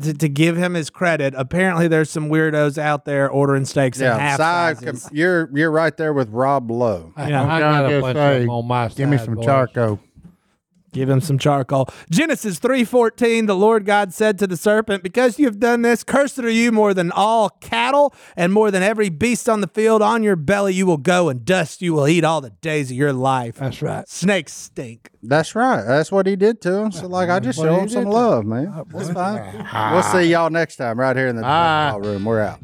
S4: to, to give him his credit. Apparently, there's some weurdos out there ordering steaks in
S2: Yeah,
S4: half
S2: Si,
S4: sizes.
S2: com- you're you're right there with Rob Lowe.
S3: I,
S4: Yeah.
S3: I
S1: Can I
S3: got a
S1: just
S3: bunch
S1: say,
S3: of them on my side.
S1: Give me some
S3: boys.
S1: charcoal.
S4: Give him some charcoal. Genesis 3:14 The Lord God said to the serpent, "Because you have done this, cursed are you more than all cattle and more than every beast on the field. On your belly you will go and dust you will eat all the days of your life."
S3: That's right.
S4: Snakes stink.
S2: That's right. That's what he did to him. So, like, I just
S3: What
S2: show
S3: he
S2: him some
S3: did to
S2: love, man. That's fine. We'll see y'all next time right here in the
S1: Ah.
S2: room. We're out.